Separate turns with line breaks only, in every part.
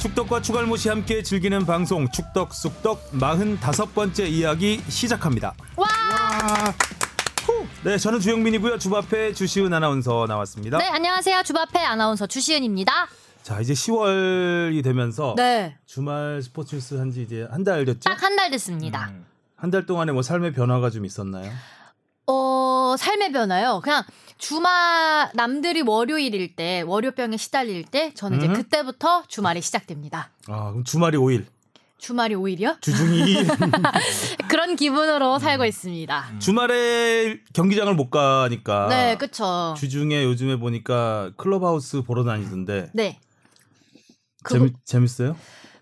추덕과 추갈모 씨 함께 즐기는 방송 축덕쑥덕 45번째 이야기 시작합니다.
와!
후! 네, 저는 주영민이고요. 주바페 주시은 아나운서 나왔습니다.
네, 안녕하세요. 주바페 아나운서 주시은입니다.
자, 이제 10월이 되면서
네.
주말 스포츠 뉴스 한지 이제 한 달 됐죠?
딱 한 달 됐습니다.
음. 한 달 동안에 뭐 삶의 변화가 좀 있었나요?
어, 삶의 변화요. 그냥 주말 남들이 월요일일 때 월요병에 시달릴 때 저는 이제
음.
그때부터 주말이 시작됩니다.
아, 그럼 주말이 5일,
주말이 오히려
주중이 2일.
그런
음.
기분으로 살고 있습니다.
주말에 경기장을 못 가니까
네, 그쵸.
아. 주중에 요즘에 보니까 클럽하우스 보러 다니던데
네. 그거,
재미, 재밌어요?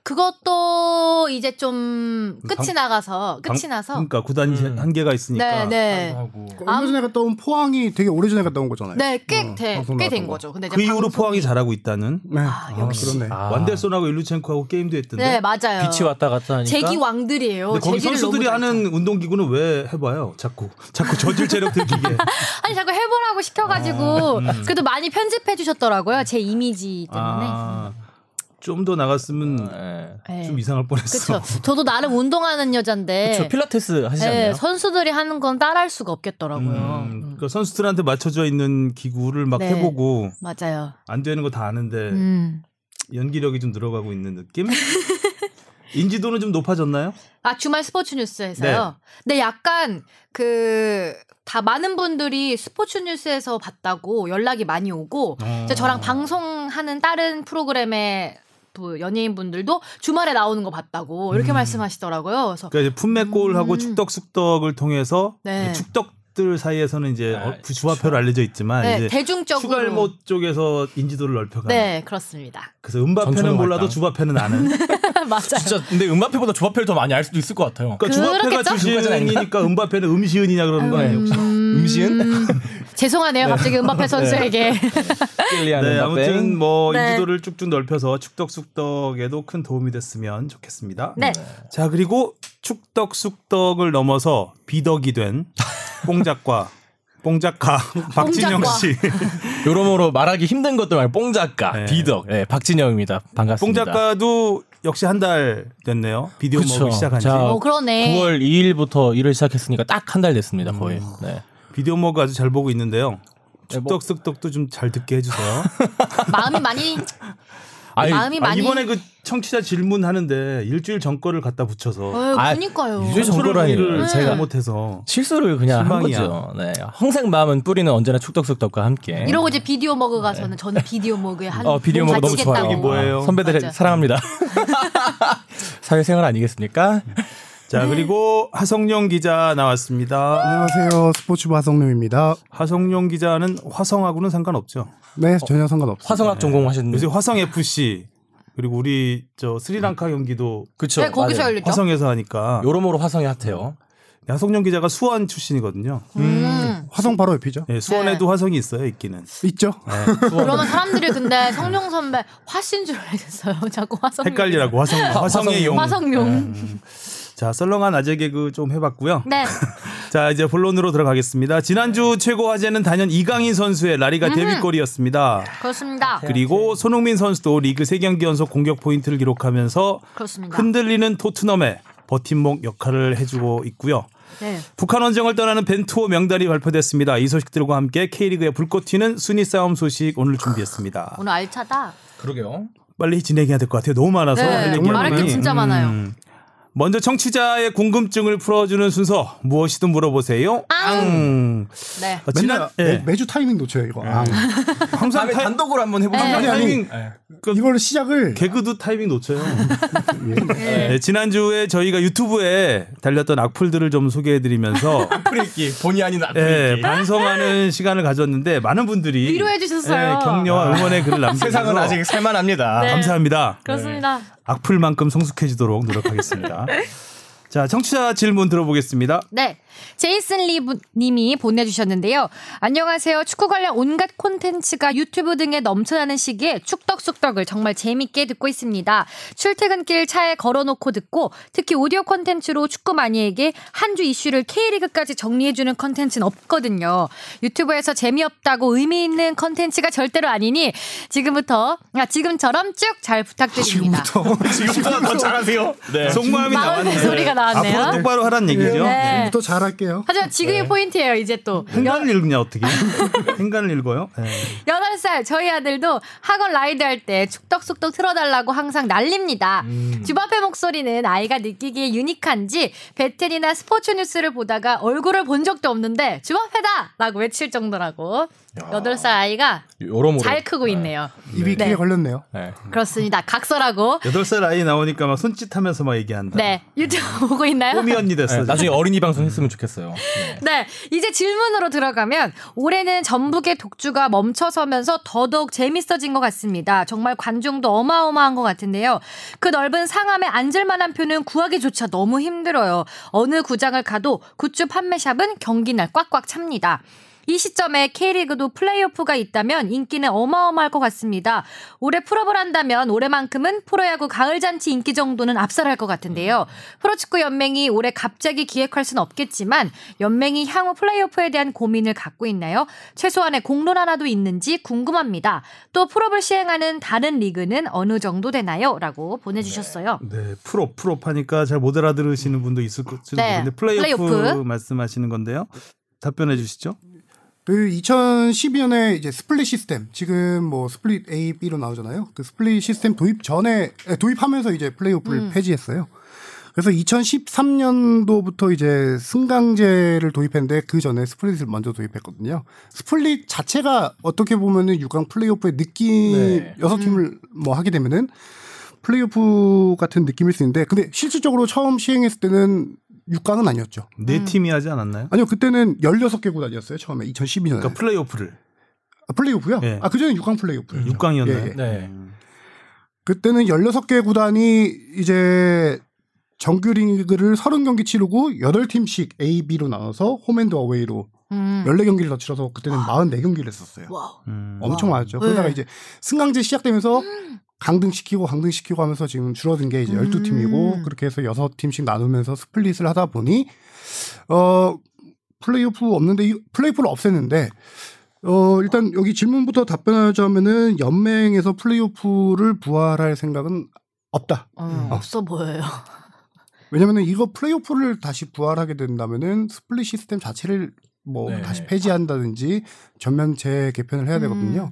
그것도 이제 좀 끝이
음, 방-
나가서 끝이
방-
나서
그러니까 구단
음.
한계가 있으니까 뭐,
네, 네.
하고
아무-
그 얼마 전에 갔다 온 포항이 되게 오래전에 갔다 온 거잖아요.
네,
어, 방송 나왔던
꽤된
거.
거죠. 근데 이제
그 이후로
방송-
포항이 잘하고 있다는
네.
아, 역시.
그렇네.
아.
완델손하고 일루첸코하고 게임도 했던데
네, 맞아요.
빛이 왔다 갔다 하니까
제기 왕들이에요.
근데 거기
제기를
선수들이
너무 잘
하는 운동기구는 왜 해봐요? 자꾸 자꾸 저질 체력 들기게
쳐. 아니 자꾸 해보라고 시켜가지고 그래도 많이 편집해 주셨더라고요. 제 이미지 때문에.
좀 더 나갔으면
예.
네.
아, 좀 이상할 뻔했어.
그쵸. 저도 나름 운동하는 여잔데.
저 필라테스 하시지
네,
않나요?
선수들이 하는 건 따라할 수가 없겠더라고요.
음, 그러니까 선수들한테 맞춰져 있는 기구를 막
네.
해보고
맞아요.
안 되는 거 다 아는데
음.
연기력이 좀 늘어가고 있는 느낌? 인지도는 좀 높아졌나요?
아 주말 스포츠 뉴스에서요. 네, 약간 그 다 많은 분들이 스포츠 뉴스에서 봤다고 연락이 많이 오고 이제 저랑 방송하는 다른 프로그램의 또 연예인분들도 주말에 나오는 거 봤다고 이렇게
음.
말씀하시더라고요. 그래서
그러니까 이제 품맥골하고
음.
축덕숙덕을 통해서
네.
이제 축덕들 사이에서는 이제
아,
어, 그 주화표로 알려져 있지만
네,
아, 이제
대중적으로
추갈모 쪽에서 인지도를 넓혀가는.
네 그렇습니다.
그래서 음바페는
전천후
몰라도
발당.
주바페는 그러니까 아는.
맞아요.
진짜 근데 음마페보다 조합회를 더 많이 알 수도 있을 것 같아요.
그러니까 주바페가
그렇겠죠?
주시은이니까 음바페는 음시은이냐 그러는 거 아니에요? 혹시?
음시은?
죄송하네요. 갑자기 음바페 선수에게.
네, 아무튼 뭐
네.
인지도를 쭉쭉 넓혀서 축덕숙덕에도 큰 도움이 됐으면 좋겠습니다.
네.
자 그리고 축덕숙덕을 넘어서 비덕이 된 뽕작과 뽕작가 박진영
뽕작가.
씨.
여러모로 말하기 힘든 것들 말고 뽕 작가
네.
비덕 예, 박진영입니다. 반갑습니다.
뽕작가도 역시 한 달 됐네요. 비디오
그쵸.
먹기 시작한 지.
자,
어 그러네.
9월 2일부터 일을 시작했으니까 딱 한 달 됐습니다 거의.
음.
네.
비디오 먹 아주 잘 보고 있는데요.
네, 뭐-
축덕숙덕도 좀 잘 듣게 해주세요.
마음이 많이
아니,
마음이
아,
많이.
이번에 그 청취자 질문 하는데 일주일 전 거를 갖다 붙여서
어휴,
아,
그니까요.
유재 전-
컨트롤
정보라니.
분리를
네.
제가 못해서
실수를 그냥
실망이야.
한 거죠. 네. 항상 마음은 뿌리는 언제나 축덕숙덕과 함께.
이러고 이제 비디오 먹으 가서는 저는 비디오 먹에 한.
어 비디오
몸
먹 너무
바치겠다고.
좋아요.
이게 뭐예요?
아, 선배들
맞아.
사랑합니다. 사회생활 아니겠습니까?
네.
자 그리고 하성룡 기자 나왔습니다.
안녕하세요. 스포츠부 하성룡입니다.
하성룡 기자는 화성하고는 상관없죠.
네, 전혀 상관없어요.
화성학 전공하셨는데.
요새 화성 FC 그리고 우리 저 스리랑카 경기도
그쵸.
네, 거기서
맞아요.
열렸죠.
화성에서 하니까
요러모로 화성이 핫해요.
하성룡 기자가 수원 출신이거든요.
음. 네.
화성 바로 옆이죠?
예, 수원에도 화성이 있어요, 있기는.
있죠?
그러면 사람들이 근데 성룡 선배 화신 줄 알겠어요. 자꾸 화성.
헷갈리라고 화성 화성의 용.
화성룡.
자 썰렁한 아재 개그 좀 해봤고요.
네.
자 이제 본론으로 들어가겠습니다. 지난주 최고 화제는 단연 이강인 선수의 라리가
음.
데뷔골이었습니다.
그렇습니다.
그리고 손흥민 선수도 리그 3경기 연속 공격 포인트를 기록하면서
그렇습니다.
흔들리는 토트넘의 버팀목 역할을 해주고 있고요.
네.
북한 원정을 떠나는 벤투호 명단이 발표됐습니다. 이 소식들과 함께 K리그의 불꽃 튀는 순위 싸움 소식 오늘 준비했습니다.
오늘 알차다.
그러게요.
빨리 진행해야 될 것 같아요. 너무 많아서
네,
할 얘기
정말
말할 게
많으니.
진짜 많아요.
먼저 청취자의 궁금증을 풀어주는 순서 무엇이든 물어보세요. 앙.
네.
아, 지난
맨날
예.
매, 주 타이밍 놓쳐요, 이거. 아,
어, 항상
다음에
타,
단독으로 한번
네.
해보세요.
항상
아니, 아니.
타이밍
이걸 시작을
개그도 타이밍 놓쳐요.
예.
예.
네, 지난주에 저희가 유튜브에 달렸던 악플들을 좀 소개해드리면서
악플읽기 본의 아닌
예,
악플읽기.
반성하는 시간을 가졌는데 많은 분들이
위로해 주셨어요.
예, 격려와 응원의 글을 남기면서
세상은 아직 살만합니다.
네.
감사합니다.
그렇습니다.
네.
악플만큼 성숙해지도록 노력하겠습니다. 자, 청취자 질문 들어보겠습니다.
네. 제이슨 리브 님이 보내주셨는데요. 안녕하세요. 축구 관련 온갖 콘텐츠가 유튜브 등에 넘쳐나는 시기에 축덕쑥덕을 정말 재밌게 듣고 있습니다. 출퇴근길 차에 걸어놓고 듣고 특히 오디오 콘텐츠로 축구 마니에게 한 주 이슈를 K리그까지 정리해주는 콘텐츠는 없거든요. 유튜브에서 재미없다고 의미 있는 콘텐츠가 절대로 아니니 지금부터, 아, 지금처럼 쭉 잘 부탁드립니다.
지금보다 더 잘하세요.
네.
속마음이
마음의
나왔네. 아,
소리가 나왔네요.
앞으로 똑바로 하란 얘기죠.
네.
더 잘할게요.
하지만 지금이
네.
포인트예요, 이제 또.
행간을 읽냐 어떻게? 행간을 읽어요? 네.
8살 저희 아들도 학원 라이드 할 때 축덕숙덕 틀어달라고 항상 날립니다.
음.
주바페 목소리는 아이가 느끼기에 유니크한지 배틀이나 스포츠 뉴스를 보다가 얼굴을 본 적도 없는데 주바페다! 라고 외칠 정도라고 여덟 살 아이가
여러모로
잘 크고 있네요.
입이
네.
크게 걸렸네요.
네.
그렇습니다. 각설하고.
8살 아이 나오니까 막 손짓하면서 막 얘기한다.
네. 유튜브 보고 있나요?
꼬미 언니 됐어.
네,
지금.
나중에 어린이 방송 했으면 좋겠어요. 네.
네, 이제 질문으로 들어가면 올해는 전북의 독주가 멈춰서면서 더더욱 재밌어진 것 같습니다. 정말 관중도 어마어마한 것 같은데요. 그 넓은 상암에 앉을 만한 표는 구하기조차 너무 힘들어요. 어느 구장을 가도 굿즈 판매샵은 경기날 꽉꽉 찹니다. 이 시점에 K리그도 플레이오프가 있다면 인기는 어마어마할 것 같습니다. 올해 풀업을 한다면 올해만큼은 프로야구 가을잔치 인기 정도는 압살할 것 같은데요.
음.
프로축구연맹이 올해 갑자기 기획할 순 없겠지만 연맹이 향후 플레이오프에 대한 고민을 갖고 있나요? 최소한의 공론 하나도 있는지 궁금합니다. 또 풀업을 시행하는 다른 리그는 어느 정도 되나요? 라고 보내주셨어요.
네, 프로 프로 하니까 잘 못 알아들으시는 분도 있을 것 같은데
네,
플레이오프,
플레이오프.
말씀하시는 건데요. 답변해 주시죠.
그 2012년에 이제 스플릿 시스템 지금 뭐 스플릿 A, B로 나오잖아요. 그 스플릿 시스템 도입 전에 에, 도입하면서 이제 플레이오프를 폐지했어요. 그래서 2013년도부터 이제 승강제를 도입했는데 그 전에 스플릿을 먼저 도입했거든요. 스플릿 자체가 어떻게 보면은 6강 플레이오프의 느낌
네.
여섯 팀을 뭐 하게 되면은 플레이오프 같은 느낌일 수 있는데 근데 실질적으로 처음 시행했을 때는 6강은 아니었죠.
네 팀이 하지 않았나요?
아니요, 그때는 16개 구단이었어요, 처음에. 2012년에.
그러니까 플레이오프를
아, 플레이오프요?
예.
아, 그전에 6강 플레이오프예요.
6강이었나요? 음.
예, 예.
네.
그때는 16개 구단이 이제 정규 리그를 30경기 치르고 8팀씩 A, B로 나눠서 홈앤드 어웨이로
음.
14경기를 더 치러서 그때는 44경기를 했었어요.
와우. 네. 음.
음.
엄청 많았죠. 그러다가 이제 승강제 시작되면서 강등시키고 강등시키고 하면서 지금 줄어든 게 이제 12팀이고
음.
그렇게 해서 6팀씩 나누면서 스플릿을 하다 보니 어 플레이오프 없는데 이- 플레이오프를 없앴는데 어 일단 여기 질문부터 답변하자면은 연맹에서 플레이오프를 부활할 생각은 없다.
어,
음.
없어 보여요.
왜냐면은 이거 플레이오프를 다시 부활하게 된다면은 스플릿 시스템 자체를 뭐
네.
다시 폐지한다든지 전면 재개편을 해야
음.
되거든요.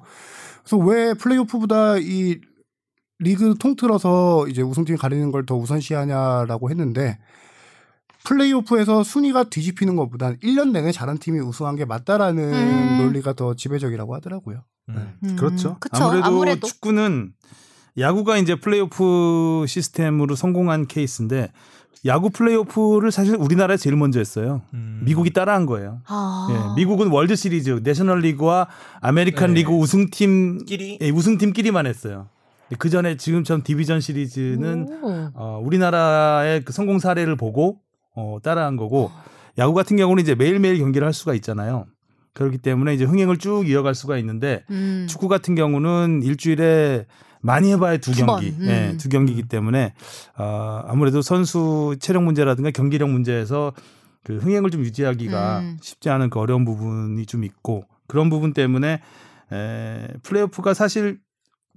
그래서 왜 플레이오프보다 이 리그 통틀어서 이제 우승팀 가리는 걸 더 우선시하냐라고 했는데 플레이오프에서 순위가 뒤집히는 것보단 1년 내내 잘한 팀이 우승한 게 맞다라는
음.
논리가 더 지배적이라고 하더라고요.
음.
음.
그렇죠.
그쵸,
아무래도,
아무래도.
축구는 야구가 이제 플레이오프 시스템으로 성공한 케이스인데 야구 플레이오프를 사실 우리나라에 제일 먼저 했어요.
음.
미국이 따라한 거예요.
아.
예, 미국은 월드 시리즈, 내셔널 리그와 아메리칸
네.
리그 우승팀
끼리?
예, 우승팀끼리만 했어요. 그 전에 지금처럼 디비전 시리즈는
오.
어, 우리나라의 그 성공 사례를 보고 어, 따라한 거고 야구 같은 경우는 이제 매일매일 경기를 할 수가 있잖아요. 그렇기 때문에 이제 흥행을 쭉 이어갈 수가 있는데
음.
축구 같은 경우는 일주일에 많이 해봐야 두
두 번,
경기,
음.
예, 두 경기이기 때문에 아, 아무래도 선수 체력 문제라든가 경기력 문제에서 그 흥행을 좀 유지하기가
음.
쉽지 않은 그 어려운 부분이 좀 있고 그런 부분 때문에 에, 플레이오프가 사실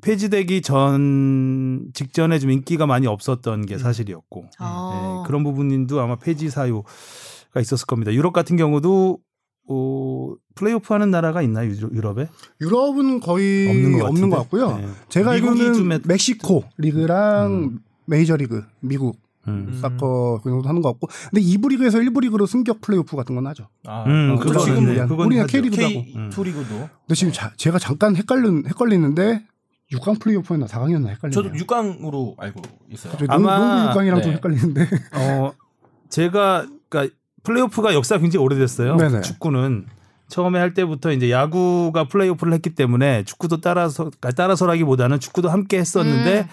폐지되기 전 직전에 좀 인기가 많이 없었던
음.
게 사실이었고
아.
어.
예, 그런 부분도 아마 폐지 사유가 있었을 겁니다. 유럽 같은 경우도 어, 플레이오프 하는 나라가 있나요 유- 유럽에?
유럽은 거의
없는
없는
것 같은데?
것, 같고요.
네.
제가
미국이 좀 음.
알기로는
했-
멕시코 리그랑 메이저리그 미국
음.
사커 그 정도 하는 것 같고 근데 2부 리그에서 1부 리그로 승격 플레이오프 같은 건 하죠.
아,
음,
그거는
그렇죠. 지금 음.
네.
뭐
그건
우리는
하죠.
K리그도 하고.
K 투리그도
근데 지금 자- 제가 잠깐 헷갈린 헷갈리는데 6강 플레이오프였나 4강이었나
저도
헷갈리네요.
6강으로 알고 있어요.
저
아마-
농구 6강이랑 좀
네.
헷갈리는데
어, 제가 그러니까 플레이오프가 역사 가 굉장히 오래됐어요.
네네.
축구는 처음에 할 때부터 이제 야구가 플레이오프를 했기 때문에 축구도 따라서 그러니까 따라서라기보다는 축구도 함께 했었는데
음.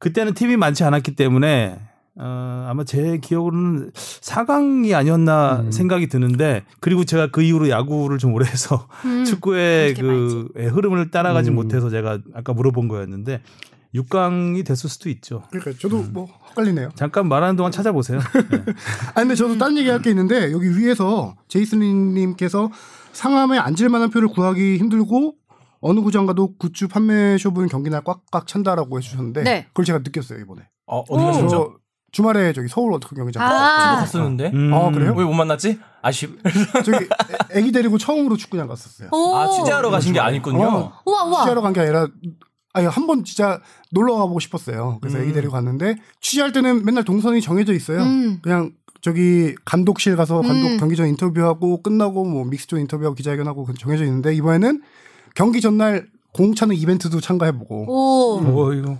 그때는 팀이 많지 않았기 때문에 어, 아마 제 기억으로는 4강이 아니었나 생각이 드는데 그리고 제가 그 이후로 야구를 좀 오래 해서
음.
축구의
그렇게
그 예, 흐름을 따라가지
음.
못해서 제가 아까 물어본 거였는데 6강이 됐을 수도 있죠.
그러니까 저도 뭐 헷갈리네요.
잠깐 말하는 동안 찾아보세요. 네.
아 근데 저도 다른 얘기할 게 있는데 여기 위에서 제이슨님께서 상암에 앉을 만한 표를 구하기 힘들고 어느 구장 가도 굿즈 판매 쇼부는 경기날 꽉꽉 찬다라고 해주셨는데
네.
그걸 제가 느꼈어요 이번에.
어, 어디가
오.
진짜
저 주말에 저기 서울 워터컵 경기장
아.
갔어요.
갔었는데
음.
아, 그래요?
왜 못 만났지? 아쉽.
저기 애- 애기 데리고 처음으로 축구장 갔었어요.
오.
아 취재하러 가신 게 아니군요.
어.
우와 우와.
취재하러 간 게 아니라 아니 한 번 진짜 놀러 가보고 싶었어요. 그래서 애기 데리고 갔는데 취재할 때는 맨날 동선이 정해져 있어요.
음.
그냥 저기 감독실 가서 감독
음.
경기 전 인터뷰하고 끝나고 뭐 믹스존 인터뷰하고 기자회견하고 그건 정해져 있는데 이번에는 경기 전날 공 차는 이벤트도 참가해보고
오.
오뭐 이거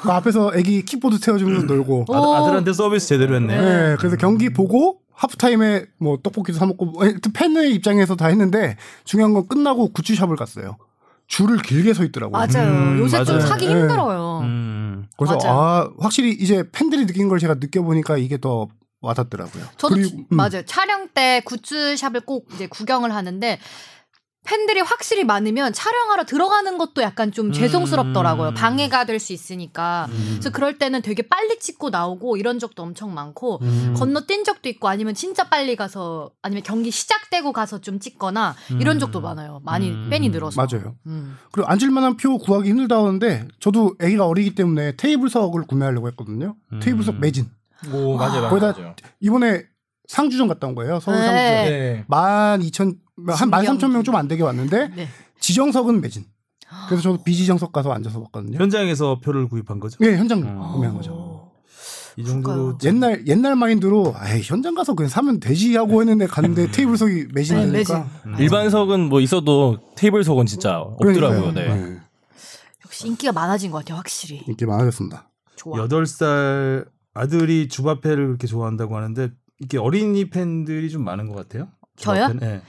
그 앞에서 애기 킥보드 태워주면서 놀고
오.
아들, 아들한테 서비스 제대로 했네.
네, 그래서 경기 보고 하프타임에 뭐 떡볶이도 사 먹고 뭐, 하여튼 팬의 입장에서 다 했는데 중요한 건 끝나고 굿즈샵을 갔어요. 줄을 길게 서 있더라고요.
맞아요.
음,
요새 좀
맞아요.
사기
네.
힘들어요.
음.
그래서
맞아요.
아 확실히 이제 팬들이 느낀 걸 제가 느껴보니까 이게 더 와닿더라고요.
저도
그리고-
주-
음.
맞아요. 촬영 때 굿즈샵을 꼭 이제 구경을 하는데 팬들이 확실히 많으면 촬영하러 들어가는 것도 약간 좀 죄송스럽더라고요.
음.
방해가 될 수 있으니까. 그래서 그럴 때는 되게 빨리 찍고 나오고 이런 적도 엄청 많고
음.
건너뛴 적도 있고 아니면 진짜 빨리 가서 아니면 경기 시작되고 가서 좀 찍거나 이런 적도 많아요. 많이
음.
팬이 늘어서.
맞아요.
음.
그리고 앉을만한 표 구하기 힘들다는데 저도 애기가 어리기 때문에 테이블석을 구매하려고 했거든요.
음.
테이블석 매진.
오 맞아요 맞아요.
거기다-
맞아요.
이번에 상주전 갔다 온 거예요. 서울
네.
상주전.
네.
만 이천 한 만 삼천 명 좀 안 되게 왔는데
네.
지정석은 매진.
아.
그래서 저도 비지정석 가서 앉아서 봤거든요.
음. 현장에서 표를 구입한 거죠.
예, 현장
아.
음.
구매한 거죠.
어,
이 정도로
그럴까요? 음.
옛날 옛날 마인드로 아이, 현장 가서 그냥 사면 되지 하고 했는데
음.
갔는데 테이블석이
네,
매진되니까.
매진.
음.
일반석은 뭐 있어도 테이블석은 진짜 없더라고요. 네.
역시 인기가 많아진 것 같아요. 확실히.
인기 많아졌습니다.
좋아.
여덟 살 아들이 주바페를 그렇게 좋아한다고 하는데 이게 어린이 팬들이 좀 많은 것 같아요.
저요?
주바페는? 네.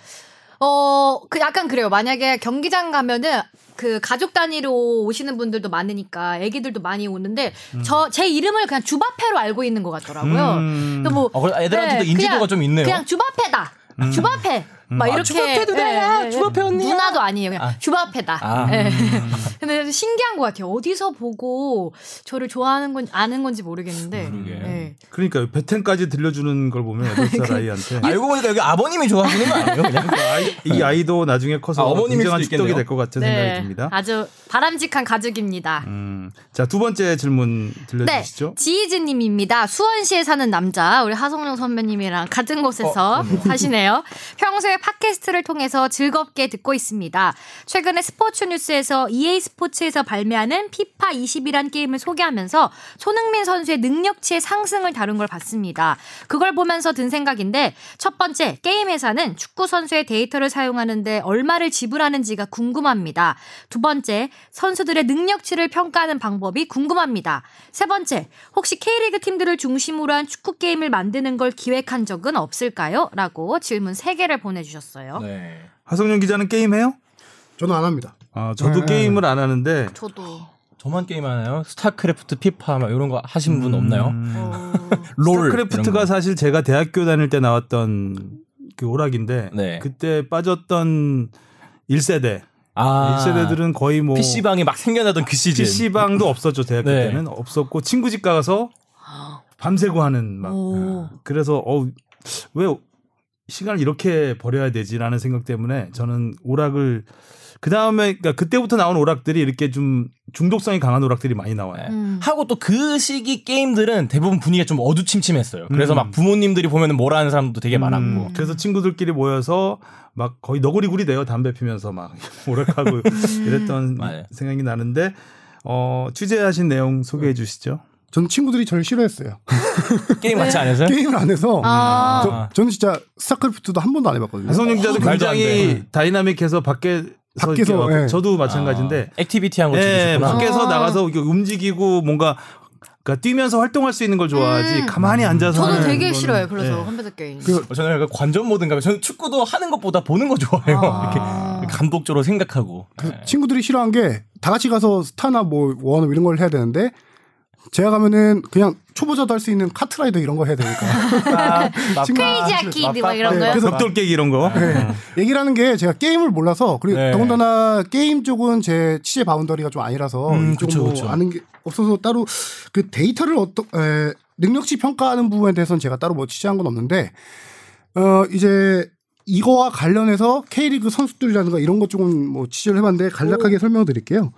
어, 그 약간 그래요. 만약에 경기장 가면은 그 가족 단위로 오시는 분들도 많으니까 애기들도 많이 오는데
음.
저 제 이름을 그냥 주바페로 알고 있는 것 같더라고요.
음.
그래서 뭐
어, 그래, 애들한테도
네,
인지도가
그냥-
좀 있네요. 음.
그냥 주바페다. 주바페. 막 이렇게 예,
주바페도 돼. 아, 주바페 언니야.
누나도 아니에요. 그냥
아.
주바페다.
아.
예. 근데 신기한 것 같아요. 어디서 보고 저를 좋아하는 건 아는 건지 모르겠는데.
모르게.
예.
그러니까 베텐까지 들려주는 걸 보면 여덟
그러니까
살 아이한테
네, 알고 보니까 여기 아버님이 좋아하시는 거 아니에요? 그냥?
아이, 이 네. 아이도 나중에 커서
아, 어머님일
굉장한
수도
축덕이
있겠네요.
될 것 같은
네,
생각이 듭니다.
아주 바람직한 가족입니다.
음. 자두 번째 질문
네,
들려주시죠.
지이즈님입니다. 수원시에 사는 남자, 우리 하성룡 선배님이랑 같은 곳에서
어,
사시네요. 평소에 팟캐스트를 통해서 즐겁게 듣고 있습니다. 최근에 스포츠 뉴스에서 EA 스포츠에서 발매하는 피파 20이란 게임을 소개하면서 손흥민 선수의 능력치의 상승을 다룬 걸 봤습니다. 그걸 보면서 든 생각인데 첫 번째, 게임 회사는 축구 선수의 데이터를 사용하는데 얼마를 지불하는지가 궁금합니다. 두 번째, 선수들의 능력치를 평가하는 방법이 궁금합니다. 세 번째, 혹시 K리그 팀들을 중심으로 한 축구 게임을 만드는 걸 기획한 적은 없을까요? 라고 질문 세개를 보내주셨어요.
네.
하성룡 기자는 게임 해요?
저는 안 합니다.
아, 저도
네.
게임을 안 하는데
저도.
저만 게임 하나요? 스타크래프트, 피파 막 이런 거 하신 분 없나요?
음.
어,
음. 롤. 이런
스타크래프트가
거.
사실 제가 대학교 다닐 때 나왔던 그 오락인데
네.
그때 빠졌던 1세대
아,
1세대들은 거의 뭐
PC 방이 막 생겨나던 그 시즌.
PC방도 없었죠 대학교
네.
때는 없었고 친구 집 가서 밤새고 하는 막
음.
오.
그래서 어왜 시간을 이렇게 버려야 되지라는 생각 때문에 저는 오락을 그 다음에 그러니까 그때부터 나온 오락들이 이렇게 좀 중독성이 강한 오락들이 많이 나와요.
네.
음.
하고 또 그 시기 게임들은 대부분 분위기가 좀 어두침침했어요. 그래서
음.
막 부모님들이 보면 뭐라 하는 사람도 되게 많았고.
음, 그래서 친구들끼리 모여서 막 거의 너구리구리 돼요 담배 피면서 막 오락하고
음.
이랬던
맞아요.
생각이 나는데 어, 취재하신 내용 소개해 주시죠.
음.
전 친구들이 저를 싫어했어요.
게임 같이 안 해서요?
게임을 안 해서
아,
저, 저는 진짜 스타크래프트도 한 번도 안 해봤거든요.
배성용 기자도
어, 말도 안
굉장히 다이나믹해서 밖에서
밖에서,
이렇게 막-
예.
저도 마찬가지인데
아, 액티비티 한거
예,
즐기셨구나.
밖에서
아.
나가서 이렇게 움직이고 뭔가 그러니까 뛰면서 활동할 수 있는 걸 좋아하지
음.
가만히 앉아서
음. 저도
하는
되게
거는-
싫어요. 그래서
네.
예.
컴퓨터 게임.
어, 저는 약간 관전 모든가 봐요. 저는 축구도 하는 것보다 보는 거 좋아해요. 이렇게 감독적으로 생각하고.
친구들이 싫어한 게 다 같이 가서 스타나 뭐 원어 이런 걸 해야 되는데 제가 가면은 그냥 초보자도 할 수 있는 카트라이더 이런 거 해야 되니까. 그러니까
크레이지 아키드 막 이런 거요?
네. 그래서
벽돌깨기 이런 거.
예.
네. 얘기라는 게 제가 게임을 몰라서 그리고
네.
더군다나 게임 쪽은 제 취재 바운더리가 좀 아니라서
음,
이쪽은
그쵸,
뭐
그쵸.
아는 게 없어서 따로 그 데이터를 어떤 에, 능력치 평가하는 부분에 대해서는 제가 따로 뭐 취재한 건 없는데 어 이제 이거와 관련해서 K리그 선수들이라든가 이런 것 쪽은 뭐 취재를 해봤는데 간략하게 설명드릴게요.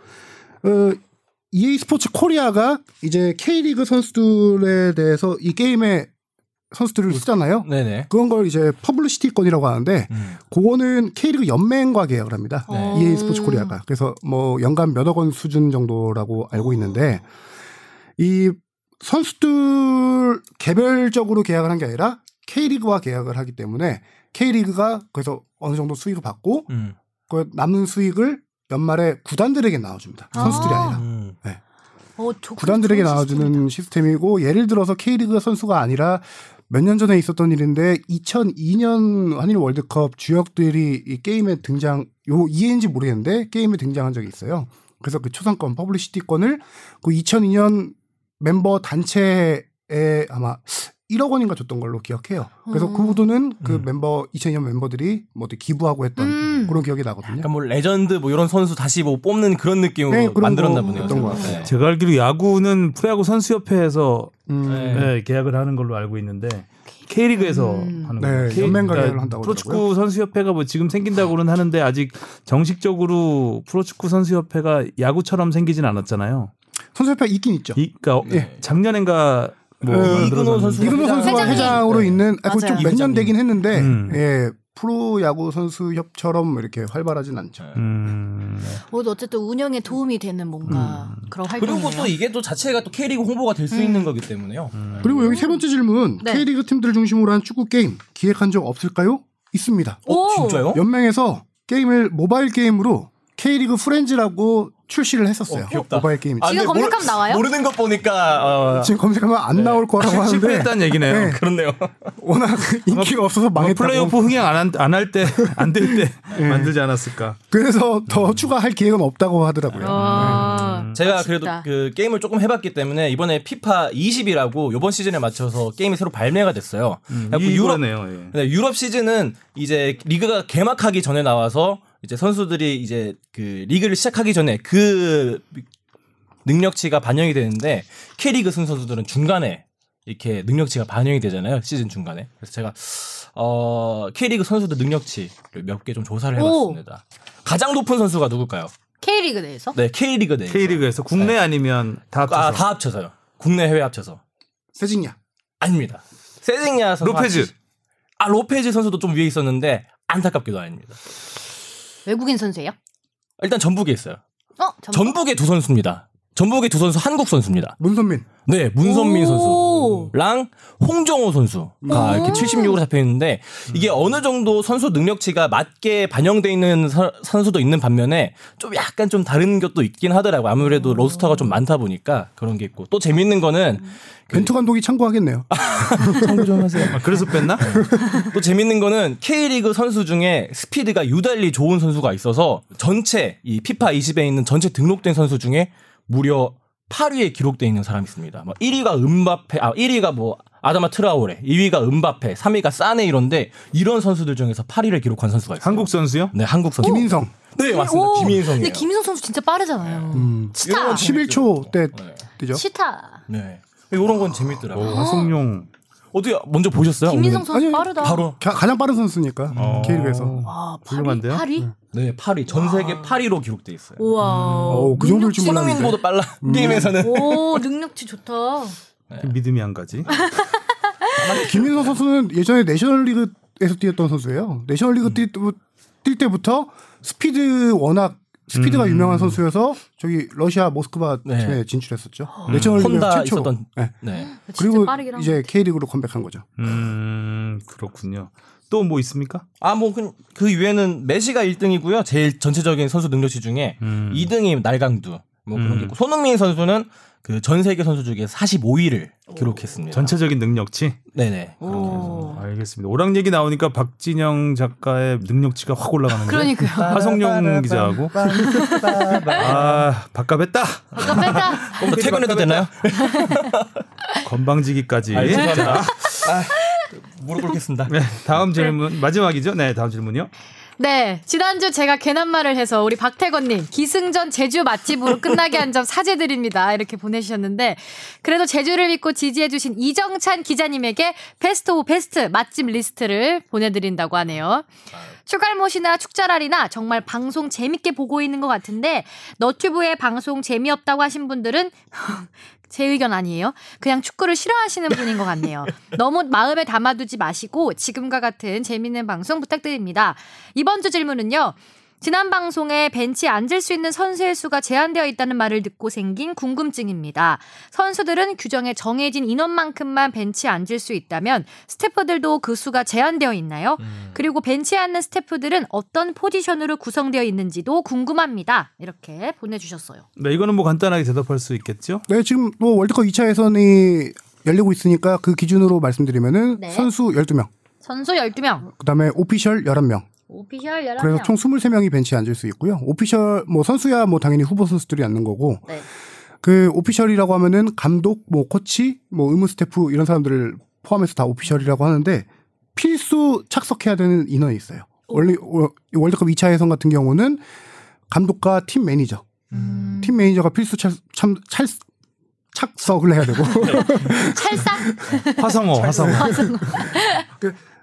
어, EA 스포츠 코리아가 이제 K리그 선수들에 대해서 이 게임에
음.
선수들을 쓰잖아요.
네네.
그런 걸 이제 퍼블리시티권이라고 하는데
음.
그거는 K리그 연맹과 계약을 합니다.
어.
E
네.
EA 스포츠 코리아가. 그래서 뭐 연간 몇억 원 수준 정도라고 알고 있는데 이 선수들 개별적으로 계약을 한 게 아니라 K리그와 계약을 하기 때문에 K리그가 그래서 어느 정도 수익을 받고
음.
그 남은 수익을 연말에 구단들에게 나눠줍니다. 선수들이
아.
아니라.
음.
어, 저-
구단들에게
좋은 시스템이다.
나눠주는 시스템이고 예를 들어서 K리그 선수가 아니라 몇 년 전에 있었던 일인데 2002년 한일 월드컵 주역들이 이 게임에 등장 요 이해인지 모르겠는데 게임에 등장한 적이 있어요. 그래서 그 초상권 퍼블리시티권을 그 2002년 멤버 단체에 아마 1억 원인가 줬던 걸로 기억해요. 그래서
음.
그 부분은 그
음.
멤버 2002년 멤버들이 뭐 어떻게 기부하고 했던
음.
그런 기억이 나거든요.
약간 뭐 레전드 뭐 이런 선수 다시 뭐 뽑는 그런 느낌으로
네, 그런
만들었나
거
보네요.
어떤 것
생각보다. 네.
제가 알기로 야구는 프로야구 선수협회에서
음.
네.
네, 계약을 하는 걸로 알고 있는데 K리그에서
음.
하는
네,
거예요. K-
연맹 가입을
그러니까
한다고
프로축구 선수협회가 뭐 지금 생긴다고는 하는데 아직 정식적으로 프로축구 선수협회가 야구처럼 생기진 않았잖아요.
선수협회 있긴 있죠.
이- 그러니까
예.
네.
작년엔가 뭐
어,
만들어서
이근호 선수.
이근호 선수가
회장님.
회장으로
네.
있는 아,
맞아요.
그좀몇 년
이회장님.
되긴 했는데
음.
예 프로 야구 선수 협처럼 이렇게 활발하진 않죠.
음,
네,
어, 어쨌든 운영에 도움이 되는 뭔가
음.
그런 활동.
그리고 또 이게 또 자체가 또 K리그 홍보가 될 수 있는 거기 때문에요.
음.
그리고 여기 세 번째 질문
네.
K리그 팀들을 중심으로 한 축구 게임 기획한 적 없을까요? 있습니다.
오!
어, 진짜요?
연맹에서 게임을 모바일 게임으로 K리그 프렌즈라고 출시를 했었어요.
어, 귀엽다.
모바일 게임.
아,
지금
근데 모르-
검색하면 나와요?
모르는 것 보니까 어,
지금 검색하면 안 나올 거라고 하는데
아, 실패했다는 얘기네요.
네.
그렇네요.
워낙 인기가 없어서
뭐
망했다고. 네.
플레이오프 흥행 안 할 때 안 될 때 만들지 않았을까.
그래서 더 추가할 기획은 없다고 하더라고요.
어.
제가
아,
그래도
진짜.
그 게임을 조금 해봤기 때문에 이번에 피파 20이라고 이번 시즌에 맞춰서 게임이 새로 발매가 됐어요.
음,
그래갖고
이거네요. 예.
네, 유럽 시즌은 이제 리그가 개막하기 전에 나와서 이제 선수들이 이제 그 리그를 시작하기 전에 그 능력치가 반영이 되는데 K리그 승 선수들은 중간에 이렇게 능력치가 반영이 되잖아요 시즌 중간에 그래서 제가 어 K리그 선수들 능력치를 몇 개 좀 조사를 해봤습니다 가장 높은 선수가 누굴까요?
K리그 내에서?
네 K리그 내에서
K리그에서 국내 아니면 다 합쳐서
네. 아다 합쳐서요 국내 해외 합쳐서
세징야.
아닙니다 세징야 선수
로페즈
아 로페즈 선수도 좀 위에 있었는데 안타깝게도 아닙니다
외국인 선수예요?
일단 전북에 있어요.
어, 잠깐만.
전북의 두 선수입니다. 전북의 두 선수 한국 선수입니다.
문선민.
네, 문선민
오.
선수랑 홍정호 선수가 아, 이렇게 76으로 잡혀 있는데 이게 어느 정도 선수 능력치가 맞게 반영돼 있는 서- 선수도 있는 반면에 좀 약간 좀 다른 것도 있긴 하더라고. 요 아무래도 로스터가 좀 많다 보니까 그런 게 있고 또 재밌는 거는
벤투 감독이 참고하겠네요.
참고 좀 하세요.
아, 그래서 뺐나?
또 재밌는 거는 K리그 선수 중에 스피드가 유달리 좋은 선수가 있어서 전체 이 피파 20에 있는 전체 등록된 선수 중에 무려 8위에 기록돼 있는 사람이 있습니다. 뭐 1위가 음바페, 아 1위가 뭐 아다마 트라오레, 2위가 음바페, 3위가 사네 이런데 이런 선수들 중에서 8위를 기록한 선수가 있어요.
한국 선수요?
네, 한국 선수.
김인성.
네, 맞습니다.
음, 오,
김인성이에요. 네.
근데 김인성 선수 진짜 빠르잖아요.
음.
치타.
이런
11초 때
네.
뛰죠.
치타.
네. 이런 건
오,
아.
재밌더라고요.
화성용
어떻게 먼저 보셨어요?
김인성 선수
아니,
빠르다. 아,
바로
가- 가장 빠른
음.
선수니까
어. 아,
K리그에서.
와,
훌륭한데요?
8위?
네, 8위. 전 세계 8위로 기록돼 있어요.
우와.
오, 그 정도일 줄 몰랐는데.
손흥민보다 빨라. 게임에서는
오, 능력치 좋다.
네.
믿음이 안 가지.
김민성 선수는 예전에 내셔널리그에서 뛰었던 선수예요.
음.
내셔널리그 뛸, 때부- 뛸 때부터 스피드 워낙 스피드가 유명한 선수여서 저기 러시아 모스크바
음. 네. 음.
팀에 진출했었죠. 내셔널리그
혼다
최초.
있었던-
예.
네.
네.
진짜
그리고
빠르긴 한데.
이제 K리그로 컴백한 거죠.
음 그렇군요. 또 뭐 있습니까?
아, 뭐, 그, 그 위에는 메시가 1등이고요.
음.
제일 전체적인 선수 능력치 중에 2등이 날강두. 뭐 그런 게 있고. 손흥민 선수는 그 전 세계 선수 중에 45위를 기록했습니다.
네.
전체적인 능력치. 음,
네네. 그렇게 해서.
오.
알겠습니다. 오락 얘기 나오니까 박진영 작가의 능력치가 확 올라가는데.
그러니까요.
하성룡 기자하고 아 바꿔뺐다
아까 뺐다.
또 퇴근해도 되나요?
건방지기까지.
아,
예?
죄송합니다.
자,
아, 무릎 꿇겠습니다.
네, 다음 질문 마지막이죠? 네, 다음 질문요.
네. 지난주 제가 괜한 말을 해서 우리 박태건님 기승전 제주 맛집으로 끝나게 한 점 사죄드립니다. 이렇게 보내주셨는데 그래도 제주를 믿고 지지해주신 이정찬 기자님에게 베스트 오 베스트 맛집 리스트를 보내드린다고 하네요. 축갈못이나 축자랄이나 정말 방송 재밌게 보고 있는 것 같은데 너튜브에 방송 재미없다고 하신 분들은 제 의견 아니에요. 그냥 축구를 싫어하시는 분인 것 같네요. 너무 마음에 담아두지 마시고 지금과 같은 재밌는 방송 부탁드립니다. 이번 주 질문은요. 지난 방송에 벤치에 앉을 수 있는 선수의 수가 제한되어 있다는 말을 듣고 생긴 궁금증입니다. 선수들은 규정에 정해진 인원만큼만 벤치에 앉을 수 있다면 스태프들도 그 수가 제한되어 있나요? 그리고 벤치에 앉는 스태프들은 어떤 포지션으로 구성되어 있는지도 궁금합니다. 이렇게 보내주셨어요.
네, 이거는 뭐 간단하게 대답할 수 있겠죠?
네, 지금 뭐 월드컵 2차 예선이 열리고 있으니까 그 기준으로 말씀드리면은
네.
선수 12명,
선수 12명,
그다음에 오피셜 11명.
오피셜 11명.
그래서 총 23명이 벤치에 앉을 수 있고요. 오피셜 뭐 선수야 뭐 당연히 후보 선수들이 앉는 거고
네.
그 오피셜이라고 하면은 감독, 뭐 코치, 뭐 의무 스태프 이런 사람들을 포함해서 다 오피셜이라고 하는데 필수 착석해야 되는 인원이 있어요. 원래 월- 월드컵 2차 예선 같은 경우는 감독과 팀 매니저,
음.
팀 매니저가 필수 찰, 참, 찰, 착석을 해야 되고
찰싹
화성어, 화성어.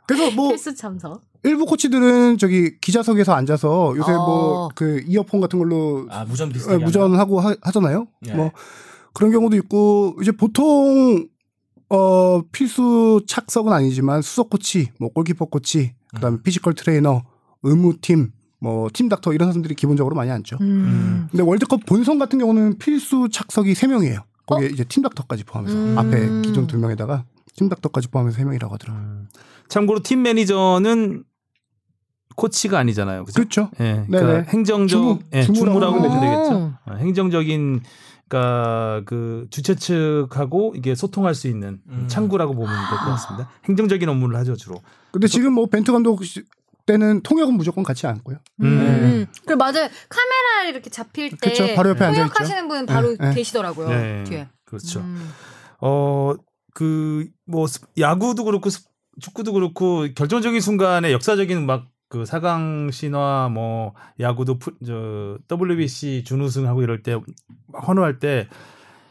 그래서 뭐
필수 참석.
일부 코치들은 저기 기자석에서 앉아서 요새
어.
뭐 그 이어폰 같은 걸로
아 무전 비슷.
어,
네,
무전하고 하, 잖아요
네.
뭐 그런 경우도 있고 이제 보통 어 필수 착석은 아니지만 수석 코치, 뭐 골키퍼 코치, 그다음에 피지컬 트레이너, 의무팀, 뭐 팀 닥터 이런 사람들이 기본적으로 많이 앉죠.
음.
근데 월드컵 본선 같은 경우는 필수 착석이 3명이에요. 거기에 이제 팀 닥터까지 포함해서
어? 음.
앞에 기존 2명에다가 팀 닥터까지 포함해서 3명이라고 하더라고요.
음, 참고로 팀 매니저는 코치가 아니잖아요. 그죠?
그렇죠.
예, 그러니까
네네.
행정적
주무,
예,
주무라고
주무라고
음.
하면
보면
되죠.
되겠죠. 어, 행정적인 그러니까 그 주최 측하고 이게 소통할 수 있는
음.
창구라고 보면 될 것 같습니다. 행정적인 업무를 하죠 주로.
근데 지금 뭐 벤투 감독 시- 때는 통역은 무조건 같이 앉고요.
음. 그리고 맞아요. 카메라 이렇게 잡힐 때
그렇죠. 바로 옆에 앉아 있죠.
네. 통역하시는 분 바로
네, 네.
계시더라고요.
네.
뒤에.
그렇죠. 어,
음.
어그 뭐 야구도 그렇고 스- 축구도 그렇고 결정적인 순간에 역사적인 막 그 사강 신화 뭐 야구도 프, 저 WBC 준우승하고 이럴 때막 환호할 때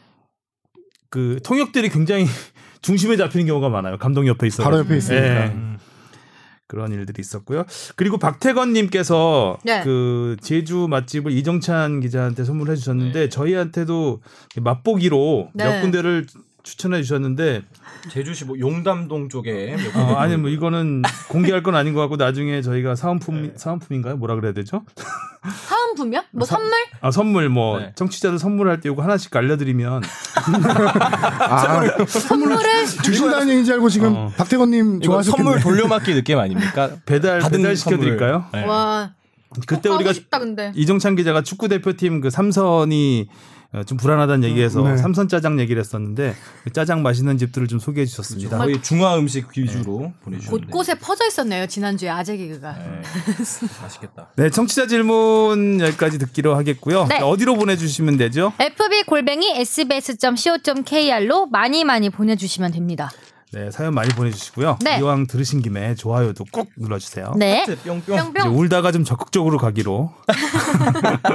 그 통역들이 굉장히 중심에 잡히는 경우가 많아요. 감독 옆에 있어.
바로 옆에
네.
있으니까.
예. 그런 일들이 있었고요. 그리고 박태건 님께서
네.
그 제주 맛집을 이정찬 기자한테 선물해 주셨는데 저희한테도 맛보기로
네.
몇 군데를 추천해 주셨는데
제주시 뭐 용담동 쪽에 몇
어,
군데
아니 뭐 이거는 공개할 건 아닌 것 같고 나중에 저희가 사은품
네.
사은품인가요? 뭐라 그래야 되죠?
사은 분명? 뭐
사-
선물?
아 선물 뭐
네.
청취자들 선물할 때 이거 하나씩 알려드리면
아,
선물을
주신다는 얘기인지 알고 지금
어.
박태건님
이거
좋아하셨겠네.
선물 돌려막기 느낌 아닙니까?
배달
받은
배달 시켜드릴까요?
선물. 네.
와.
그때
가고
우리가
싶다 근데.
이정찬 기자가 축구 대표팀 그 삼선이 어, 좀 불안하다는 얘기에서
네.
삼선 짜장 얘기를 했었는데 그 짜장 맛있는 집들을 좀 소개해 주셨습니다.
거의 중화 음식 위주로 보내주셨는데.
곳곳에 퍼져 있었네요. 지난주에 아재 개그가.
네. 맛있겠다.
네, 청취자 질문 여기까지 듣기로 하겠고요.
네.
어디로 보내주시면 되죠?
FB 골뱅이 sbs.co.kr로 많이 많이 보내주시면 됩니다.
네, 사연 많이 보내주시고요.
네.
이왕 들으신 김에 좋아요도 꼭 눌러주세요.
네.
하트 뿅뿅.
이제
뿅뿅.
울다가 좀 적극적으로 가기로.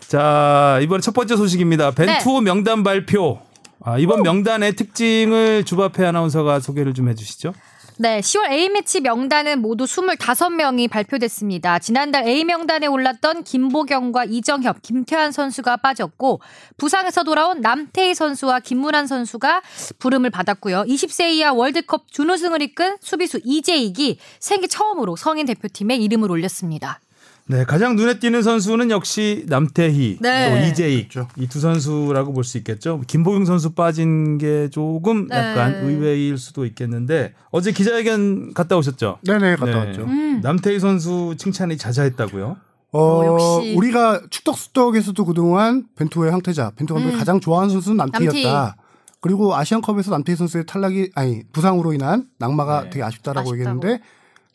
자, 이번 첫 번째 소식입니다.
네.
벤투 명단 발표. 아, 이번 명단의 특징을 주바페 아나운서가 소개를 좀 해주시죠.
네, 10월 A매치 명단은 모두 25명이 발표됐습니다. 지난달 A명단에 올랐던 김보경과 이정협, 김태환 선수가 빠졌고 부상에서 돌아온 남태희 선수와 김문환 선수가 부름을 받았고요. 20세 이하 월드컵 준우승을 이끈 수비수 이재익이 생기 처음으로 성인 대표팀에 이름을 올렸습니다.
네, 가장 눈에 띄는 선수는 역시 남태희,
네.
또 이재익
그렇죠.
이 두 선수라고 볼 수 있겠죠. 김보경 선수 빠진 게 조금
네.
약간 의외일 수도 있겠는데 어제 기자회견 갔다 오셨죠?
네네 갔다
네.
음.
왔죠.
남태희 선수 칭찬이 자자했다고요.
어,
어, 역시.
우리가 축덕수덕에서도 그동안 벤투의 황태자, 벤투 감독이
음.
가장 좋아하는 선수는 남태였다.
남태.
그리고 아시안컵에서 남태 선수의 탈락이 아니 부상으로 인한 낙마가
네.
되게 아쉽다라고
아쉽다고.
얘기했는데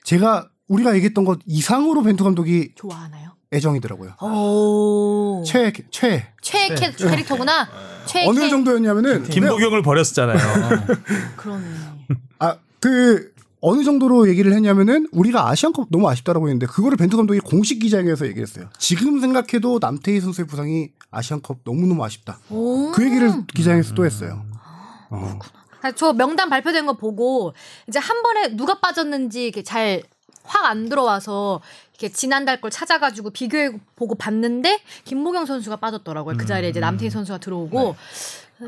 제가 우리가 얘기했던 것 이상으로 벤투 감독이
좋아하나요?
애정이더라고요.
어. 오.
최애 최애
최애 캐, 캐릭터구나. 최애
네. 어느
캐-
정도였냐면은
네.
김보경을 버렸었잖아요.
그러네.
아 그 어느 정도로 얘기를 했냐면은 우리가 아시안컵 너무 아쉽다라고 했는데 그거를 벤투 감독이 공식 기자회견에서 얘기했어요. 지금 생각해도 남태희 선수의 부상이 아시안컵 너무너무 아쉽다.
오.
음.
그 얘기를 기자회견에서 또 했어요. 어.
아, 저 명단 발표된 거 보고 이제 한 번에 누가 빠졌는지 이렇게 잘 확 안 들어와서 이렇게 지난달 걸 찾아가지고 비교해 보고 봤는데 김보경 선수가 빠졌더라고요. 그 자리에
음.
이제 남태희 선수가
네.
들어오고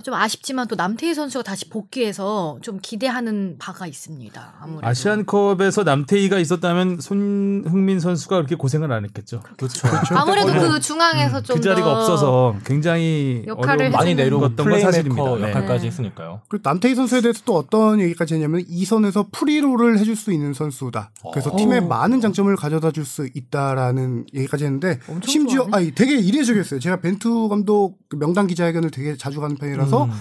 좀 아쉽지만 또 남태희 선수가 다시 복귀해서 좀 기대하는 바가 있습니다. 아무래도
아시안컵에서 남태희가 있었다면 손흥민 선수가 그렇게 고생을 안 했겠죠.
그렇죠.
아무래도 그 중앙에서 좀
그 자리가
더
없어서 굉장히
역할을
어려운
많이
해주는
내려온
것던 건
플레이메이커
사실입니다. 네.
역할까지
네.
했으니까요.
그리고 남태희 선수에 대해서 또 어떤 얘기까지 했냐면 이 선에서 프리로를 해줄 수 있는 선수다. 그래서
어.
팀에 많은 장점을 가져다 줄 수 있다라는 얘기까지 했는데 심지어 아 되게 이례적이었어요. 제가 벤투 감독 그 명단 기자회견을 되게 자주 가는 편이라서
음.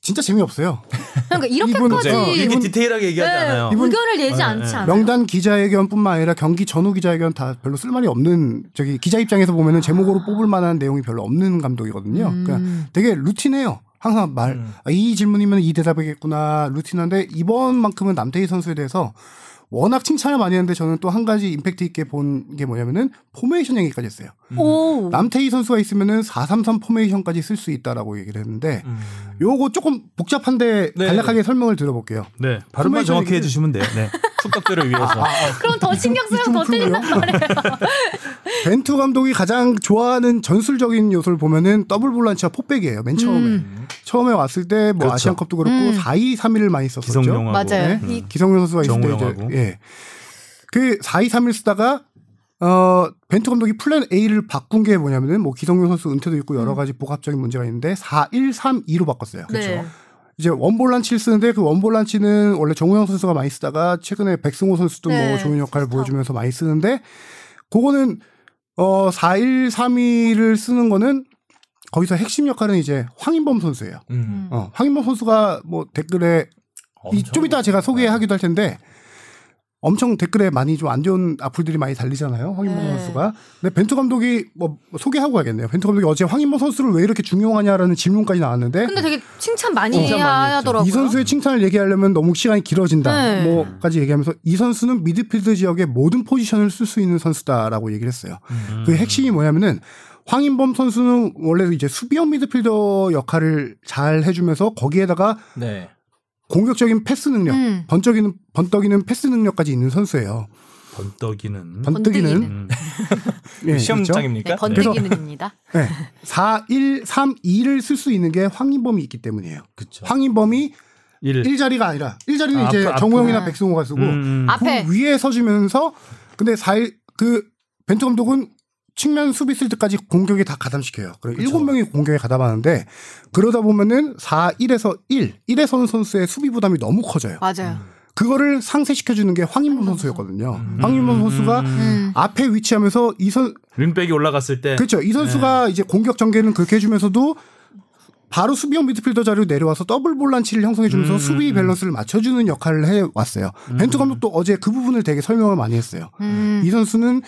진짜 재미없어요.
그러니까
이분은
어,
이렇게까지
이렇게
이분-
디테일하게 얘기하지
네,
않아요.
의견을 내지
네,
않지
네.
않아요.
명단 기자회견뿐만 아니라 경기 전후 기자회견 다 별로 쓸 말이 없는 저기 기자 입장에서 보면은 제목으로 뽑을 만한 내용이 별로 없는 감독이거든요.
음.
그러니까 되게 루틴해요. 항상 말, 아, 이 질문이면 이 대답이겠구나, 루틴한데, 이번만큼은 남태희 선수에 대해서 워낙 칭찬을 많이 했는데, 저는 또 한 가지 임팩트 있게 본 게 뭐냐면은, 포메이션 얘기까지 했어요.
오.
음. 남태희 선수가 있으면은 433 포메이션까지 쓸 수 있다라고 얘기를 했는데, 요거 조금 복잡한데,
음. 네.
간략하게 설명을 들어볼게요.
네, 발음만 정확히
얘기를-
해주시면 돼요. 네.
축덕들을 위해서
그럼 더 신경 쓰면 더
이쪽으로
틀리는 말이에요.
벤투 감독이 가장 좋아하는 전술적인 요소를 보면은 더블 볼란치와 포백이에요. 맨 처음에 처음에 왔을 때 뭐
그렇죠.
아시안컵도 그렇고
음.
4-2-3-1을 많이 썼었죠.
기성용하고 음.
맞아요.
네.
이
기성용 선수가 있을 때
정우영하고.
이제 예. 그 4-2-3-1 쓰다가 어 벤투 감독이 플랜 A를 바꾼 게 뭐냐면은 뭐 기성용 선수 은퇴도 있고 여러 가지 복합적인 문제가 있는데 4-1-3-2로 바꿨어요.
음.
그렇죠.
네.
이제 원볼란치를 쓰는데 그 원볼란치는 원래 정우영 선수가 많이 쓰다가 최근에 백승호 선수도
네,
뭐 좋은 역할을
스톱.
보여주면서 많이 쓰는데 그거는 어 4-1-3-2를 쓰는 거는 거기서 핵심 역할은 이제 황인범 선수예요.
음.
어, 황인범 선수가 뭐 댓글에 이,
엄청- 네.
좀 이따 제가 소개하기도 할 텐데 엄청 댓글에 많이 좀 안 좋은 악플들이 많이 달리잖아요. 황인범
네.
선수가. 근데 벤투 감독이 뭐 소개하고 가겠네요. 벤투 감독이 어제 황인범 선수를 왜 이렇게 중용하냐라는 질문까지 나왔는데
근데 되게 칭찬 많이
칭찬 많이
하더라고요.
이 선수의 칭찬을 얘기하려면 너무 시간이 길어진다.
네.
뭐까지 얘기하면서 이 선수는 미드필드 지역의 모든 포지션을 쓸 수 있는 선수다라고 얘기를 했어요.
음.
그 핵심이 뭐냐면은 황인범 선수는 원래 이제 수비형 미드필더 역할을 잘 해주면서 거기에다가
네.
공격적인 패스 능력,
음.
번쩍이는 번떡이는 패스 능력까지 있는 선수예요.
번떡이는
번뜩이는
번뜩이는.
음.
예,
네,
시험장입니까?
번데기는입니다.
4, 1, 3, 2를 쓸 수 있는 게 황인범이 있기 때문이에요.
그렇죠.
황인범이
일.
1자리가 아니라 1자리는
네. 아,
이제
앞으로, 앞으로.
정우영이나
아.
백승호가 쓰고
음, 음.
앞- 앞에.
그 위에 서주면서 근데 4일 그 벤투 감독은 측면 수비 쓸 때까지 공격에 다 가담시켜요.
그렇죠.
그리고 일곱 명이 공격에 가담하는데 그러다 보면은 4, 1에서 1, 1에서 선수의 수비 부담이 너무 커져요.
맞아요.
그거를 상쇄시켜 주는 게 황인범 선수였거든요.
음.
황인범 선수가
음.
앞에 위치하면서 이선
윙백이 올라갔을 때
그렇죠. 이 선수가 이제 공격 전개는 그렇게 해주면서도 바로 수비형 미드필더 자리로 내려와서 더블 볼란치를 형성해주면서 수비 밸런스를 맞춰주는 역할을 해왔어요. 벤투 감독도 어제 그 부분을 되게 설명을 많이 했어요.
음.
이 선수는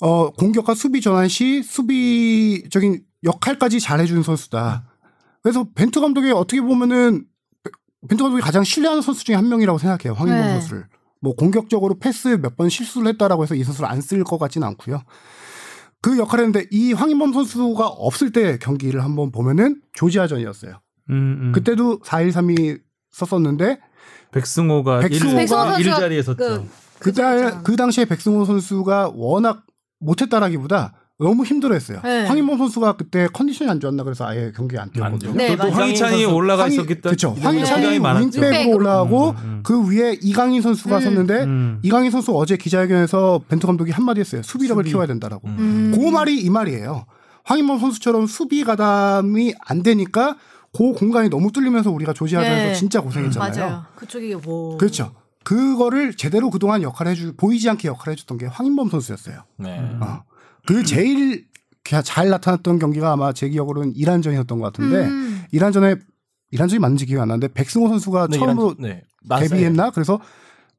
어, 공격과 수비 전환 시 수비적인 역할까지 잘해주는 선수다. 그래서 벤투 감독이 어떻게 보면은 벤투 감독이 가장 신뢰하는 선수 중에 한 명이라고 생각해요. 황인범
네.
선수를. 뭐 공격적으로 패스 몇 번 실수를 했다라고 해서 이 선수를 안 쓸 것 같진 않고요. 그 역할을 했는데 이 황인범 선수가 없을 때 경기를 한번 보면은 조지아전이었어요.
음, 음.
그때도 4-1-3이 썼었는데
백승호가
백승호가
백승호
일
선수가
자리에 섰죠.
그-
그때
그죠.
그 당시에 백승호 선수가 워낙 못했다라기보다 너무 힘들어했어요.
네.
황인범 선수가 그때 컨디션이 안 좋았나 그래서 아예 경기 에안 뛰었거든요.
네,
또, 또
맞아요.
황희찬이
선수-
올라가 있었기 때문에
그렇죠.
굉장히
황희찬이
많았죠.
윙백으로
윙백으로.
올라가고
음, 음.
그 위에 이강인 선수가
음.
섰는데
음.
이강인 선수 어제 기자회견에서 벤투 감독이 한마디 했어요. 수비력을
수비.
키워야 된다라고.
음.
음.
그 말이 이 말이에요. 황인범 선수처럼 수비 가담이 안 되니까 그 공간이 너무 뚫리면서 우리가 조지아전에서
네.
진짜 고생했잖아요.
맞아요. 그쪽이 뭐
그렇죠. 그거를 제대로 그동안 역할을 해주 보이지 않게 역할을 해줬던 게 황인범 선수였어요.
네.
어. 그 제일 가- 잘 나타났던 경기가 아마 제 기억으로는 이란전이었던 것 같은데
음.
이란전에 이란전이 맞는지 기억이 안 나는데 백승호 선수가
네,
아, 처음으로
이란- 네.
데뷔했나 그래서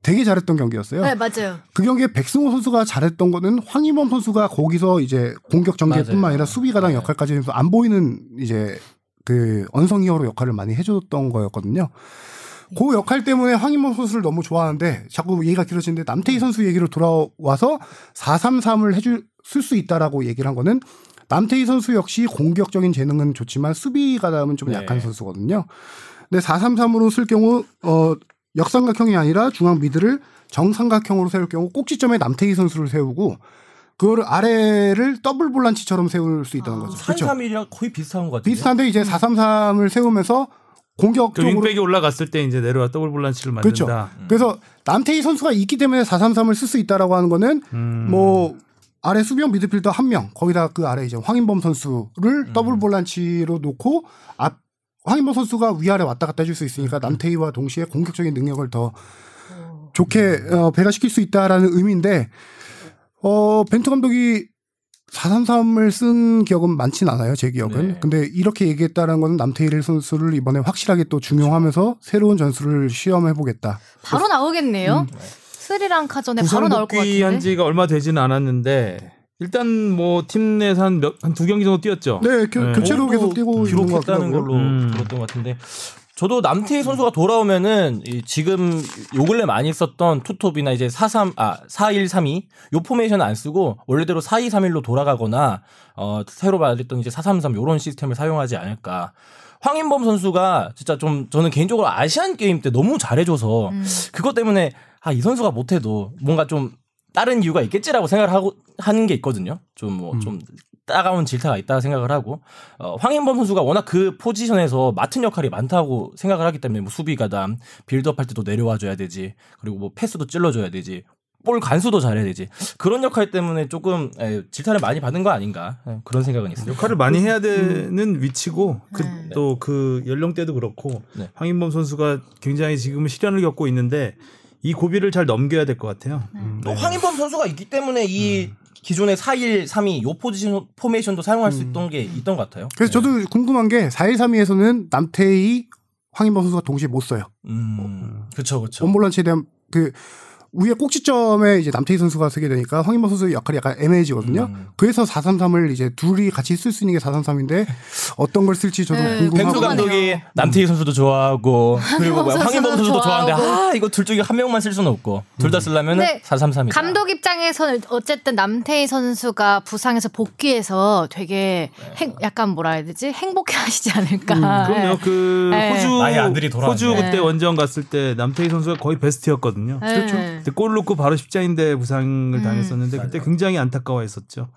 되게 잘했던 경기였어요.
네 맞아요.
그 경기에 백승호 선수가 잘했던 거는 황희범 선수가 거기서 이제 공격 전개뿐만
맞아요. 네.
아니라 수비 가당
맞아요.
역할까지 해서 안 보이는 이제 그 언성이어로 역할을 많이 해줬던 거였거든요.
네.
그 역할 때문에 황희범 선수를 너무 좋아하는데 자꾸 얘기가 길어지는데 남태희 선수 얘기로 돌아와서 433을 해줄 쓸 수 있다라고 얘기를 한 거는 남태희 선수 역시 공격적인 재능은 좋지만 수비 가담은 좀
네.
약한 선수거든요. 근데 433으로 쓸 경우 어 역삼각형이 아니라 중앙 미드를 정삼각형으로 세울 경우 꼭지점에 남태희 선수를 세우고 그거를 아래를 더블 볼란치처럼 세울 수 있다는
아. 네.
거죠. 그렇죠.
3-3-1이랑 거의 비슷한 것 같아요.
비슷한데 이제 433을 세우면서
그
공격적으로
윙백이 올라갔을 때 이제 내려와 더블 볼란치를
그렇죠.
만든다.
그래서 남태희 선수가 있기 때문에 433을 쓸 수 있다라고 하는 거는
음.
뭐 아래 수비형 미드필더 한 명, 거기다 그 아래 이제 황인범
음.
선수를 더블 볼란치로 놓고 앞 황인범 선수가 위아래 왔다 갔다 해줄 수
음.
있으니까 남태희와 동시에 공격적인 능력을 더 좋게 어, 배가시킬 수 있다라는 의미인데 어 벤투 감독이 433을 쓴 기억은 많진 않아요, 제 기억은.
네.
근데 이렇게 얘기했다는 거는 남태희 선수를 이번에 확실하게 또 중용하면서 새로운 전술을 시험해 보겠다.
바로 나오겠네요. 스리랑카전에 네, 바로
부상
나올 것 같은데.
복귀한 지가 얼마 되지는 않았는데 일단 뭐 팀 내에서 한몇한두 경기 정도 뛰었죠.
네, 교,
네.
교체로 계속 뛰고 있는 것
어, 기록했다는
같더라고요.
걸로
음.
들었던 것 같은데 저도 남태희 선수가 돌아오면은 이 지금 요 근래 많이 썼던 투톱이나 이제 43, 아, 4132, 요 포메이션 안 쓰고 원래대로 4231로 돌아가거나 어, 새로 말했던 이제 433 요런 시스템을 사용하지 않을까. 황인범 선수가 진짜 좀 저는 개인적으로 아시안 게임 때 너무 잘해줘서 그것 때문에 아, 이 선수가 못해도 뭔가 좀 다른 이유가 있겠지라고 생각을 하고 하는 게 있거든요. 좀 뭐
음.
좀 따가운 질타가 있다 생각을 하고 어, 황인범 선수가 워낙 그 포지션에서 맡은 역할이 많다고 생각을 하기 때문에 뭐 수비 가담, 빌드업 할 때도 내려와 줘야 되지. 그리고 뭐 패스도 찔러 줘야 되지. 볼 간수도 잘해야 되지. 그런 역할 때문에 조금 에, 질타를 많이 받은 거 아닌가 에, 그런 생각은 있습니다.
역할을 많이 해야 되는 위치고
음. 네.
또 그 연령대도 그렇고
네.
황인범 선수가 굉장히 지금 시련을 겪고 있는데 이 고비를 잘 넘겨야 될 것 같아요. 음,
또
네.
황인범 선수가 있기 때문에 이 기존의 4일 3이 요 포지션 포메이션도 사용할 수 있던 게 있던 것 같아요.
그래서
네.
저도 궁금한 게 4132에서는 남태희, 황인범 선수가 동시에 못 써요.
음. 그렇죠. 그렇죠.
원볼란치에 대한 그 위에 꼭지점에 이제 남태희 선수가 서게 되니까 황인범 선수의 역할이 약간 애매해지거든요.
음.
그래서 433을 이제 둘이 같이 쓸 수 있는 게 433인데 어떤 걸 쓸지 저도
네,
벤투
궁금하고
벤투
감독이 남태희 선수도 좋아하고 그리고 뭐야,
선수도
황인범 선수도
좋아하고.
좋아하는데 아 이거 둘 중에 한 명만 쓸 수는 없고 둘
음.
다 쓰려면
근데
433이다.
감독 입장에서는 어쨌든 남태희 선수가 부상에서 복귀해서 되게 행- 약간 뭐라 해야 되지 행복해 하시지 않을까.
그럼요. 그
네.
호주
나의 아들이 돌아왔네.
호주 그때
네.
원정 갔을 때 남태희 선수가 거의 베스트였거든요. 그렇죠.
네. 음. 네.
그때 골 넣고 바로 십자인대 부상을 당했었는데 그때 굉장히 안타까워했었죠.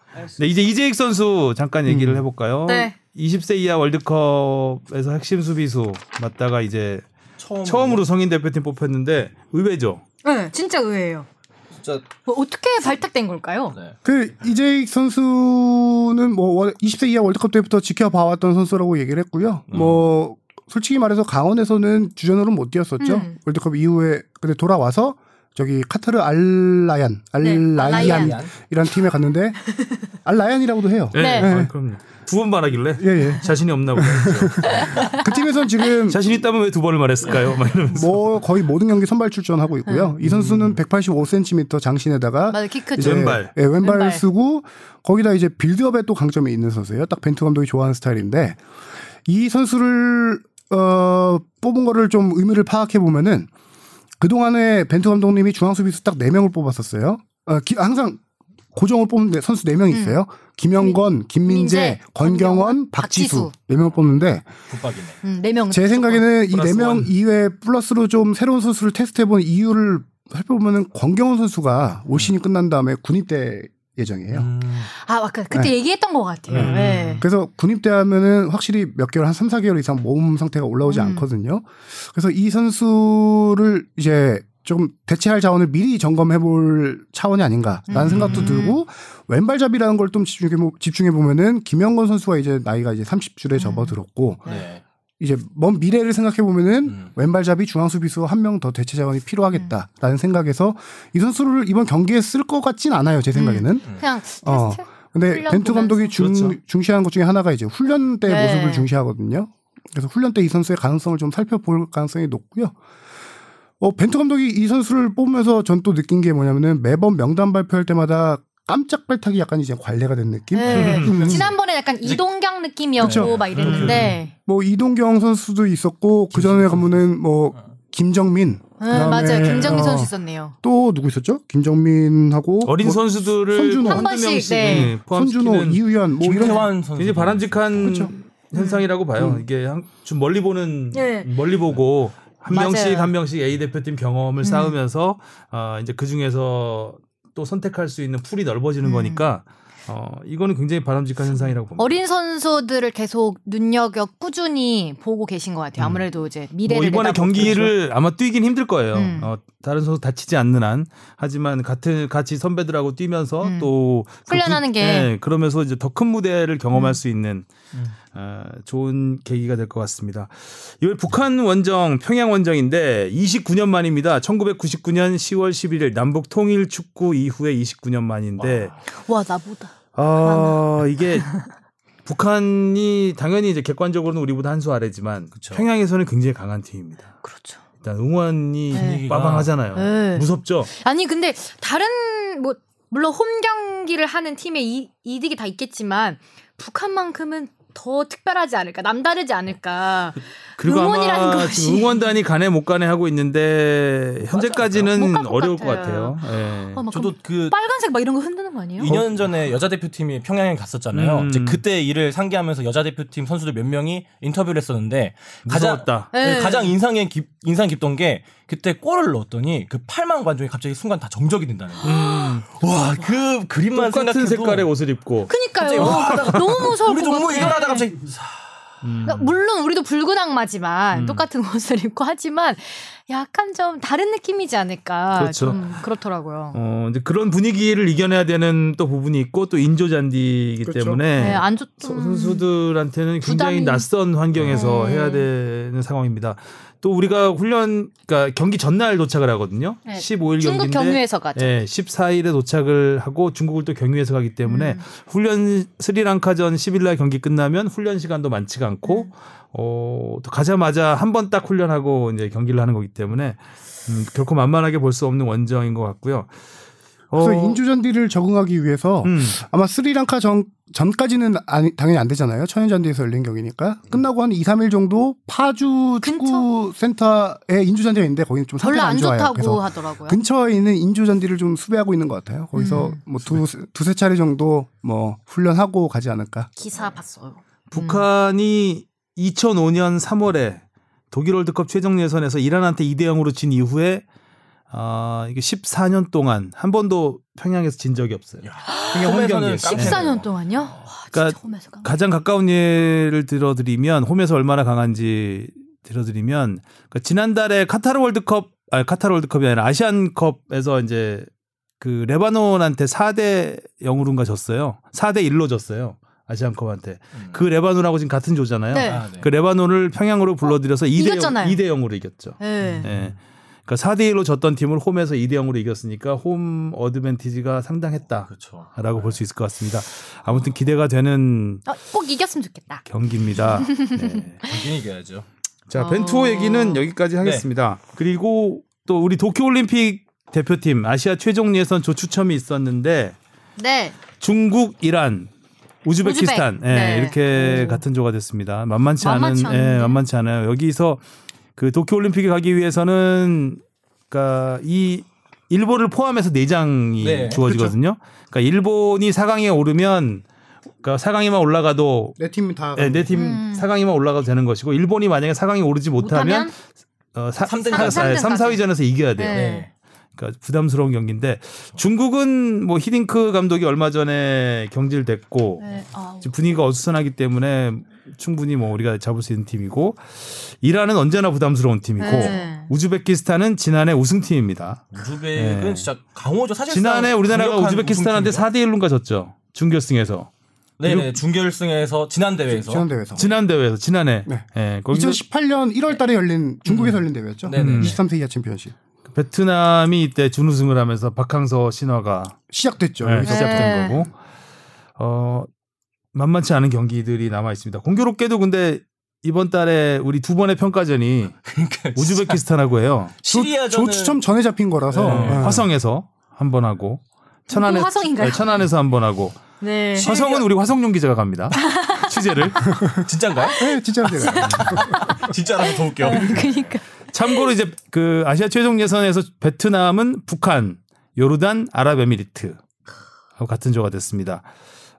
네, 이제 이재익 선수 잠깐
음.
얘기를 해볼까요?
네.
20세 이하 월드컵에서 핵심 수비수 맞다가 이제
처음
처음으로 성인 대표팀 뽑혔는데 의외죠.
네, 진짜 의외예요.
진짜
뭐 어떻게 발탁된 걸까요?
네.
그 이재익 선수는 뭐 월- 20세 이하 월드컵 때부터 지켜봐왔던 선수라고 얘기를 했고요.
음.
뭐 솔직히 말해서 강원에서는 주전으로 못 뛰었었죠.
음.
월드컵 이후에 근데 돌아와서 저기 카타르 알라얀 알라이안이란
네, 알라얀.
팀에 갔는데 알라얀이라고도 해요.
예,
네.
아, 그럼요. 두 번 말하길래
예 예.
자신이 없나 보다. 했죠.
그 팀에서는 지금
자신 있다면 왜 두 번을 말했을까요? 막 이러면서.
뭐 거의 모든 경기 선발 출전하고 있고요. 이 선수는 185cm 장신에다가
맞아 키 크죠.
이제
왼발.
예, 왼발을
왼발.
쓰고 거기다 이제 빌드업에 또 강점이 있는 선수예요. 딱 벤투 감독이 좋아하는 스타일인데 이 선수를 어, 뽑은 거를 좀 의미를 파악해 보면은 그동안에 벤투 감독님이 중앙 수비수 딱 4명을 뽑았었어요. 어, 기- 항상 고정을 뽑는 네- 선수 4명 있어요. 김영건,
김민재,
김민재, 권경원, 박지수.
박지수.
네 명 뽑는데
국밥이네.
음, 네 명.
제 생각에는 이
플러스
네 명
원.
이외에 플러스로 좀 새로운 선수를 테스트해본 이유를 살펴보면은 권경훈 선수가 올 시즌 끝난 다음에 군입대 예정이에요.
음.
아 아까
네.
그때 얘기했던 것 같아요.
음.
네.
그래서 군입대 하면은 확실히 몇 개월 한 3, 4개월 이상 몸 상태가 올라오지
음.
않거든요. 그래서 이 선수를 이제 좀 대체할 자원을 미리 점검해 볼 차원이 아닌가라는
음.
생각도 들고 왼발잡이라는 걸 좀 집중해 보- 집중해 보면은 김영건 선수가 이제 나이가 이제 30줄에 접어들었고
네.
이제 먼 미래를 생각해 보면은
음.
왼발잡이 중앙 수비수 한 명 더 대체 자원이 필요하겠다라는 생각에서 이 선수를 이번 경기에 쓸 것 같진 않아요 제 생각에는
그냥
어.
테스트.
근데
훈련
벤투 감독이 중,
음. 그렇죠.
중시한 것 중에 하나가 이제 훈련 때
네.
모습을 중시하거든요. 그래서 훈련 때 이 선수의 가능성을 좀 살펴볼 가능성이 높고요. 어, 벤투 감독이 이 선수를 뽑으면서 전 또 느낀 게 뭐냐면은 매번 명단 발표할 때마다 깜짝 발탁이 약간 이제 관례가 된 느낌?
네.
음.
지난번에 약간
이제-
이동경 느낌이었고
그쵸.
막 이랬는데
뭐 이동경 선수도 있었고 그 전에 가면은 뭐 김정민
네,
그다음에,
맞아요 김정민
어,
선수 있었네요.
또 누구 있었죠? 김정민하고
어린
뭐
선수들을
손준호.
한두
한 번씩,
명씩
네.
예,
손준호,
포함시키는
이우현 뭐 이런
김태환 선수
굉장히 바람직한
그렇죠.
현상이라고 봐요.
음.
이게 한, 좀 멀리 보는
예.
멀리 보고 한
맞아요.
명씩 한 명씩 A 대표팀
음.
경험을 쌓으면서 어, 이제 그 중에서 또 선택할 수 있는 풀이 넓어지는
음.
거니까 어, 이거는 굉장히 바람직한 현상이라고 봅니다.
어린 선수들을 계속 눈여겨 꾸준히 보고 계신 것
음.
같아요. 아무래도 이제 미래를
뭐 이번에
내다보고.
경기를 아마 뛰긴 힘들 거예요.
음.
어, 다른 선수 다치지 않는 한 하지만 같은 같이 선배들하고 뛰면서
음.
또
훈련하는
그,
게.
예, 그러면서 이제 더 큰 무대를 경험할
음.
수 있는
음.
어, 좋은 계기가 될 것 같습니다. 이번 북한 원정 평양 원정인데 29년 만입니다. 1999년 10월 11일 남북 통일 축구 이후에 29년 만인데
와 나보다
아 이게 북한이 당연히 이제 객관적으로는 우리보다 한 수 아래지만
그쵸.
평양에서는 굉장히 강한 팀입니다.
그렇죠.
일단 응원이
네.
빠방하잖아요.
네.
무섭죠.
아니 근데 다른 뭐 물론 홈 경기를 하는 팀의 이, 이득이 다 있겠지만 북한만큼은 더 특별하지 않을까 남다르지 않을까
그리고
응원이라는
아마
것이.
지금 응원단이 가네 못 가네 하고 있는데 현재까지는
못 갈것
어려울 것
같아요.
같아요. 예.
어, 막
저도
그럼
그
빨간색 막 이런 거 흔드는 거 아니에요?
2년 전에 여자 대표팀이 평양에 갔었잖아요.
음.
이제 그때 일을 상기하면서 여자 대표팀 선수들 몇 명이 인터뷰를 했었는데 가장
무서웠다.
예.
네, 가장 인상에 깊, 인상 깊던 게 그때 골을 넣었더니 그 8만 관중이 갑자기 순간 다 정적이 된다는 거예요.
음,
와 그 그림만
똑같은
생각해도
색깔의 옷을 입고
그니까요. 그러니까
갑자기
너무 무서울
우리
것
정모
같아. 뭐 네.
일어나다 갑자기
음.
그러니까 물론 우리도 붉은 악마지만
음.
똑같은 옷을 입고 하지만 약간 좀 다른 느낌이지 않을까.
그렇죠.
좀 그렇더라고요.
어, 이제 그런 분위기를 이겨내야 되는 또 부분이 있고 또 인조잔디이기
그렇죠.
때문에
네, 안 좋.
서- 선수들한테는 굉장히
부담이-
낯선 환경에서
네.
해야 되는 상황입니다. 또 우리가 훈련, 그러니까 경기 전날 도착을 하거든요.
네.
15일
중국
경기인데
경유에서 가죠.
예, 14일에 도착을 하고 중국을 또 경유해서 가기 때문에
음.
훈련 스리랑카전 10일 날 경기 끝나면 훈련 시간도 많지가 않고 어, 또 가자마자 한 번 딱 훈련하고 이제 경기를 하는 거기 때문에 음, 결코 만만하게 볼 수 없는 원정인 것 같고요. 어,
그래서 인조잔디를 적응하기 위해서
음,
아마 스리랑카 전, 전까지는 아니- 당연히 안 되잖아요. 천연잔디에서 열린 경기니까. 끝나고 한 2, 3일 정도 파주
근처?
축구센터에 인조잔디가 있는데 거기는 좀
별로
상태가
안
안 좋아요.
좋다고
그래서
하더라고요.
근처에 있는 인조잔디를 좀 수배하고 있는 것 같아요. 거기서
음.
뭐 두, 두세 차례 정도 뭐 훈련하고 가지 않을까.
기사 봤어요.
북한이 2005년 3월에 독일 월드컵 최종 예선에서 이란한테 2대 0으로 진 이후에 아, 이게 14년 동안 한 번도 평양에서 진 적이 없어요. 평양 홈
홈에서는
경기에서.
깜짝
14년 동안요? 와, 진짜
그러니까
홈에서 간 거.
가장 가까운 예를 들어드리면 홈에서 얼마나 강한지 들어드리면 그러니까 지난달에 카타르 월드컵 아니 카타르 월드컵이 아니라 아시안컵에서 이제 그 레바논한테 4대 0으로인가 졌어요. 4대 1로 졌어요. 아시안컵한테.
음.
그 레바논하고 지금 같은 조잖아요.
네.
아, 네.
그 레바논을 평양으로 불러들여서 2대 0,
이겼잖아요.
2대 0으로 이겼죠.
예.
예. 그러니까 4대 1로 졌던 팀을 홈에서 2대 0으로 이겼으니까 홈 어드밴티지가 상당했다라고
그렇죠.
볼 수 있을 것 같습니다. 아무튼 기대가 되는
어, 꼭 이겼으면 좋겠다.
경기입니다. 네.
당연히 이겨야죠.
자
어.
벤투호 얘기는 여기까지 하겠습니다. 그리고 또 우리 도쿄올림픽 대표팀 아시아 최종 예선 조 추첨이 있었는데
네.
중국, 이란, 우즈베키스탄
우즈벡.
예,
네.
이렇게
오.
같은 조가 됐습니다. 만만치 않은
만만치 않은데.
예, 만만치 않아요. 여기서 그 도쿄올림픽에 가기 위해서는 그러니까 이 일본을 포함해서 네장이
네,
주어지거든요. 그러니까 일본이 4강에 오르면 그러니까 4강에만 올라가도
내 팀이 다.
네,
음.
내팀 사강이만 올라가도 되는 것이고 일본이 만약에 사강에 오르지 못하면
못하면
어, 사,
삼 등,
사-
삼 등까지.
3, 4위전에서 이겨야 돼요.
네.
그러니까 부담스러운 경기인데 중국은 뭐 히딩크 감독이 얼마 전에 경질됐고
네. 아,
지금 분위기가 어수선하기 때문에 충분히 뭐 우리가 잡을 수 있는 팀이고 이란은 언제나 부담스러운 팀이고
네.
우즈베키스탄은 지난해 우승팀입니다.
우즈벡은
네.
진짜 강호죠. 사실
지난해 우리나라가 우즈베키스탄한테 4대 1로가 졌죠. 준결승에서
네네 중결승에서 지난 대회에서
지난 대회에서.
지난 대회에서 지난해
네.
예, 거기서 음.
2018년 1월 달에 열린 중국에서 열린 대회였죠.
네네네.
23세 이하 챔피언십.
베트남이 이때 준우승을 하면서 박항서 신화가
시작됐죠.
네,
여기서
시작된
네.
거고 어 만만치 않은 경기들이 남아 있습니다. 공교롭게도 근데 이번 달에 우리 두 번의 평가전이
그러니까
우즈베키스탄하고 해요.
시리아전은
조추첨 전에 잡힌 거라서
네.
예.
화성에서 한 번 하고 천안에
또 화성인가요?
네, 천안에서 한 번 하고
네.
시-
화성은 우리 화성용 기자가 갑니다. 취재를.
진짜인가요?
네, 진짜로 제가.
진짜라면 더 웃겨.
네.
그러니까.
참고로 이제 그 아시아 최종 예선에서 베트남은 북한, 요르단, 아랍에미리트 하고 같은 조가 됐습니다.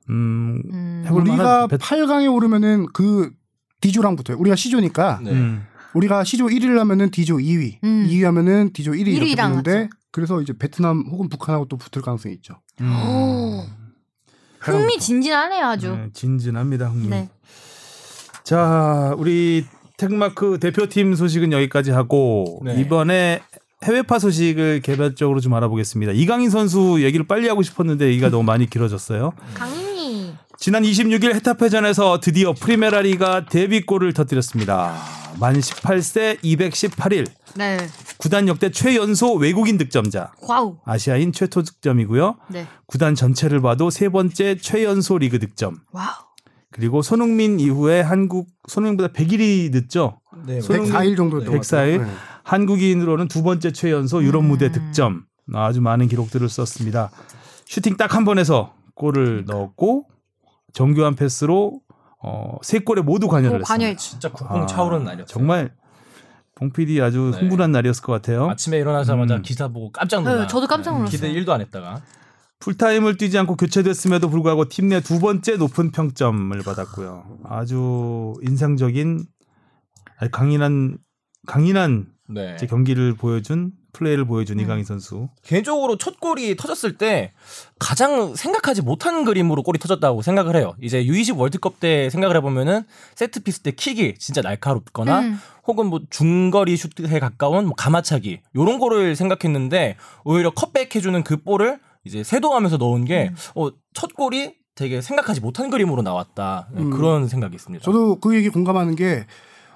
음,
음.
해볼
우리가
만한 베-
8강에 오르면은 그 디조랑 붙어요. 우리가 시조니까
네.
음.
우리가 시조 1위를 하면은 디조 2위,
음.
2위 하면은 디조 1위 이렇게
일위랑
붙는데 그래서 이제 베트남 혹은 북한하고 또 붙을 가능성이 있죠.
오.
팔강부터.
흥미진진하네요, 아주.
네, 진진합니다, 흥미.
네.
자, 우리 택마크 대표팀 소식은 여기까지 하고
네.
이번에 해외파 소식을 개별적으로 좀 알아보겠습니다. 이강인 선수 얘기를 빨리 하고 싶었는데 얘기가 너무 많이 길어졌어요.
강인이
지난 26일 헤타페전에서 드디어 프리메라리가 데뷔골을 터뜨렸습니다. 만 18세 218일
네.
구단 역대 최연소 외국인 득점자
와우.
아시아인 최초 득점이고요.
네.
구단 전체를 봐도 세 번째 최연소 리그 득점.
와우.
그리고 손흥민 이후에 한국 손흥민보다 100일이 늦죠.
네.
손흥민-
104일 정도
네.
였던 것 같아요.
104일. 한국인으로는 두 번째 최연소 유럽 무대 득점 아주 많은 기록들을 썼습니다. 슈팅 딱 한 번에서 골을 넣었고 정교한 패스로 어, 세 골에 모두 관여를
오,
했습니다.
관여했죠.
진짜 국뽕
아,
차오르는 날이었어요.
정말 봉 PD 아주
네.
흥분한 날이었을 것 같아요.
아침에 일어나자마자
음.
기사 보고 깜짝
네,
놀랐어요.
저도 깜짝 놀랐어요.
기대 1도 안 했다가.
풀타임을 뛰지 않고 교체됐음에도 불구하고 팀 내 두 번째 높은 평점을 받았고요. 아주 인상적인 아주 강인한 강인한
네.
이제 경기를 보여준 플레이를 보여준
음.
이강인 선수.
개인적으로 첫 골이 터졌을 때 가장 생각하지 못한 그림으로 골이 터졌다고 생각을 해요. 이제 U20 월드컵 때 생각을 해보면은 세트피스 때 킥이 진짜 날카롭거나
음.
혹은 뭐 중거리 슛에 가까운 뭐 가마차기 요런 거를 생각했는데 오히려 컷백 해주는 그 볼을 이제 세도하면서 넣은
음.
게 어, 첫 골이 되게 생각하지 못한 그림으로 나왔다 네,
음.
그런 생각이 있습니다.
저도 그 얘기 공감하는 게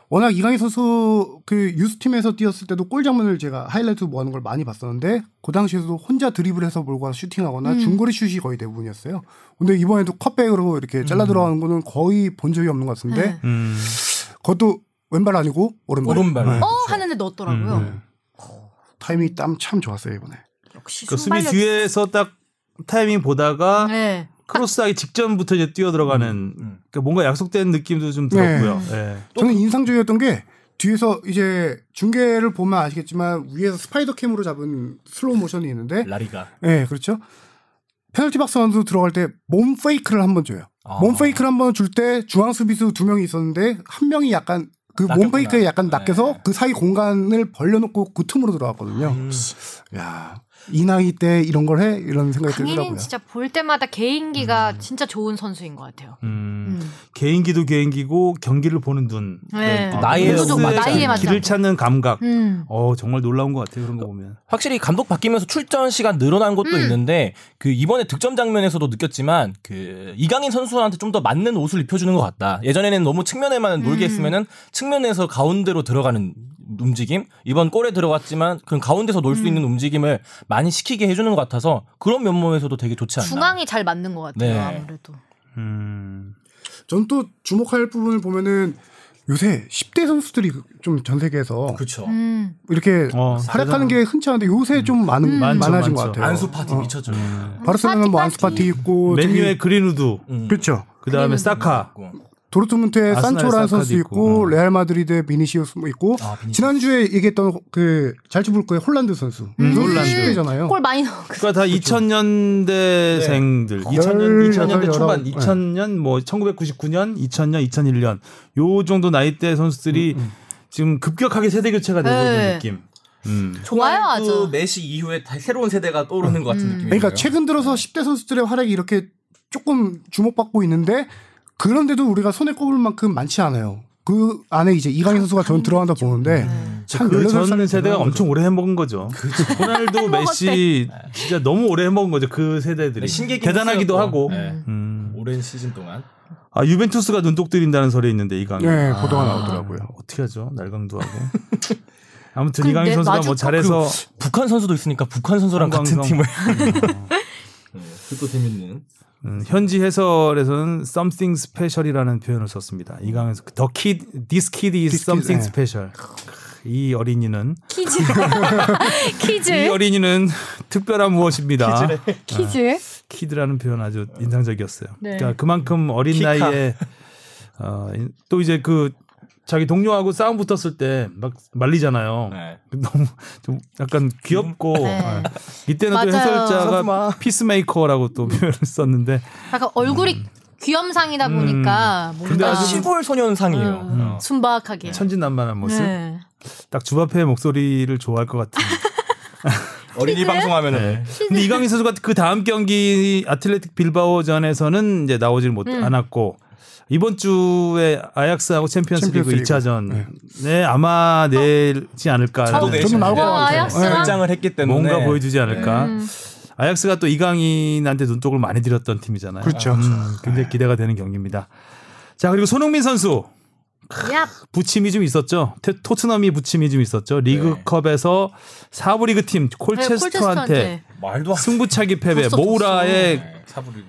워낙 이강인 선수 그 유스팀에서 뛰었을 때도 골 장면을 제가 하이라이트 뭐 하는 걸 많이 봤었는데 그 당시에도 혼자 드리블해서 몰고 와서 슈팅하거나
음.
중거리 슛이 거의 대부분이었어요. 근데 이번에도 컷백으로 이렇게 잘라 들어가는 거는 거의 본 적이 없는 것 같은데
네.
음.
그것도 왼발 아니고 오른발.
오른발.
네.
어 하는데 넣었더라고요.
음.
타이밍이 땀 참 좋았어요 이번에.
역시
그 수비
순발력.
뒤에서 딱 타이밍 보다가
네.
크로스하기 직전부터 이제 뛰어 들어가는
음.
그러니까 뭔가 약속된 느낌도 좀 들었고요.
네.
예.
그
저는 인상적이었던 게 뒤에서 이제 중계를 보면 아시겠지만 위에서 스파이더 캠으로 잡은 슬로우 모션이 있는데
라리가
네, 그렇죠. 페널티 박스 안으로 들어갈 때 몸 페이크를 한 번 줘요.
아.
몸 페이크를 한 번 줄 때 중앙 수비수 두 명이 있었는데 한 명이 약간 그 몸
낚였구나.
페이크에 약간 낚여서
네.
그 사이 공간을 벌려놓고 그 틈으로 들어갔거든요.
음.
야, 이 나이 때 이런 걸 해? 이런 생각이 들더라고요.
강인이는 진짜 볼 때마다 개인기가 진짜 좋은 선수인 것 같아요.
음.
음.
개인기도 개인기고 경기를 보는 눈.
네.
아,
나이에
패스의
맞- 나이에
맞지
길을
않고.
찾는 감각.
음.
어 정말 놀라운 것 같아요 그런 거 보면.
확실히 감독 바뀌면서 출전 시간 늘어난
음.
것도 있는데 그 이번에 득점 장면에서도 느꼈지만 그 이강인 선수한테 좀 더 맞는 옷을 입혀주는 것 같다. 예전에는 너무 측면에만
음.
놀게 했으면은 측면에서 가운데로 들어가는 움직임 이번 골에 들어갔지만 그 가운데서 놀 수
음.
있는 움직임을 많이 시키게 해주는 것 같아서 그런 면모에서도 되게 좋지 않나.
중앙이 잘 맞는 것 같아요.
네.
아무래도.
음.
전 또 주목할 부분을 보면은 요새 10대 선수들이 그 좀 전 세계에서
그렇죠.
음.
이렇게
어,
활약하는 게 흔치 않은데 요새 좀 많은
많죠, 많죠.
많아진 것 같아요.
안수 파티 미쳤죠.
바르셀로나 뭐 음. 안수 파티 있고 저기-
맨유의 그린우드,
음.
그렇죠.
그 다음에
그린우드.
사카.
도르트문트의
아스날의 사카도
산초라는 선수
있고,
있고
음.
레알 마드리드의 비니시우스 뭐 있고
아, 비니시우스.
지난주에 얘기했던 그 잘츠부르크의 holland 선수
음,
이것도
홀란드.
시대잖아요.
골 많이 넣어.
그러니까 다 2000년대생들,
네.
2000년, 2000년대
열여덟,
초반,
열아홉, 네.
2000년, 뭐 1999년, 2000년, 2001년 요 정도 나이대 선수들이 지금 급격하게 세대 교체가 되고
네.
있는 느낌. 음.
좋아요, 아주.
그
음.
메시 이후에 다 새로운 세대가 떠오르는 것 같은 느낌이.
네.
그러니까 최근 들어서 10대 선수들의 활약이 이렇게 조금 주목받고 있는데 그런데도 우리가 손에 꼽을 만큼 많지 않아요. 그 안에 이제 이강인 선수가 전 들어간다 보는데 참
그
18살
전 세대가
이 대단한 거죠.
엄청 오래 해먹은 거죠. 호날두, 메시 진짜 너무 오래 해먹은 거죠. 그 세대들이 대단하기도 하고. 음.
오랜 시즌 동안.
아 유벤투스가 눈독 들인다는 설이 있는데 이강인
네, 보도가 나오더라고요.
어떻게 하죠? 날강도 하고. 아무튼
근데
이강인 선수가 뭐
마주쳤-
잘해서
북한 선수도 있으니까 북한 선수랑 같은
한강성.
팀을. 네, 그것도 재밌는.
음, 현지 해설에서는 something special이라는 표현을 썼습니다. 이 강에서 그 the kid, this kid is
This kid,
something
네.
special. 이 어린이는
키즈.
이
키즈.
어린이는 특별한 무엇입니다.
네.
키즈.
키드라는 표현 아주 인상적이었어요.
네.
그러니까 그만큼 어린
키카.
나이에 어, 인- 또 이제 그 자기 동료하고 싸움 붙었을 때 막 말리잖아요.
네.
너무 좀 약간 귀엽고
네.
아, 이때는 또
맞아요.
해설자가
서프마.
피스메이커라고 또 표현을 썼는데
약간 얼굴이 귀염상이다 보니까
근데
뭔가
아주
시골 소년상이에요.
음,
어.
순박하게.
천진난만한 모습.
네.
딱 주바페의 목소리를 좋아할 네. 것 같은.
어린이 방송하면은
근데 이강인 선수가 그 다음 경기 아틀레틱 빌바오전에서는 이제 나오질 못 않았고 이번 주에 아약스하고 챔피언스리그
챔피언스리그.
2차전에 아마 내지 네. 않을까.
저도
라는
내일
저는 나올 것
와,
같아요.
아약스랑
네.
결장을 했기 때문에
뭔가 보여주지 않을까.
음.
아약스가 또 이강인한테 눈독을 많이 들였던 팀이잖아요.
그렇죠.
음, 굉장히 기대가 되는 경기입니다. 자 그리고 손흥민 선수
야,
부침이 좀 있었죠. 테- 토트넘이 부침이 좀 있었죠. 리그컵에서 사부 리그 팀
네,
네. 콜체스터한테
콜체스터한테.
말도 안
뭐 승부차기 패배
졌어,
모우라의
돼. 사부리.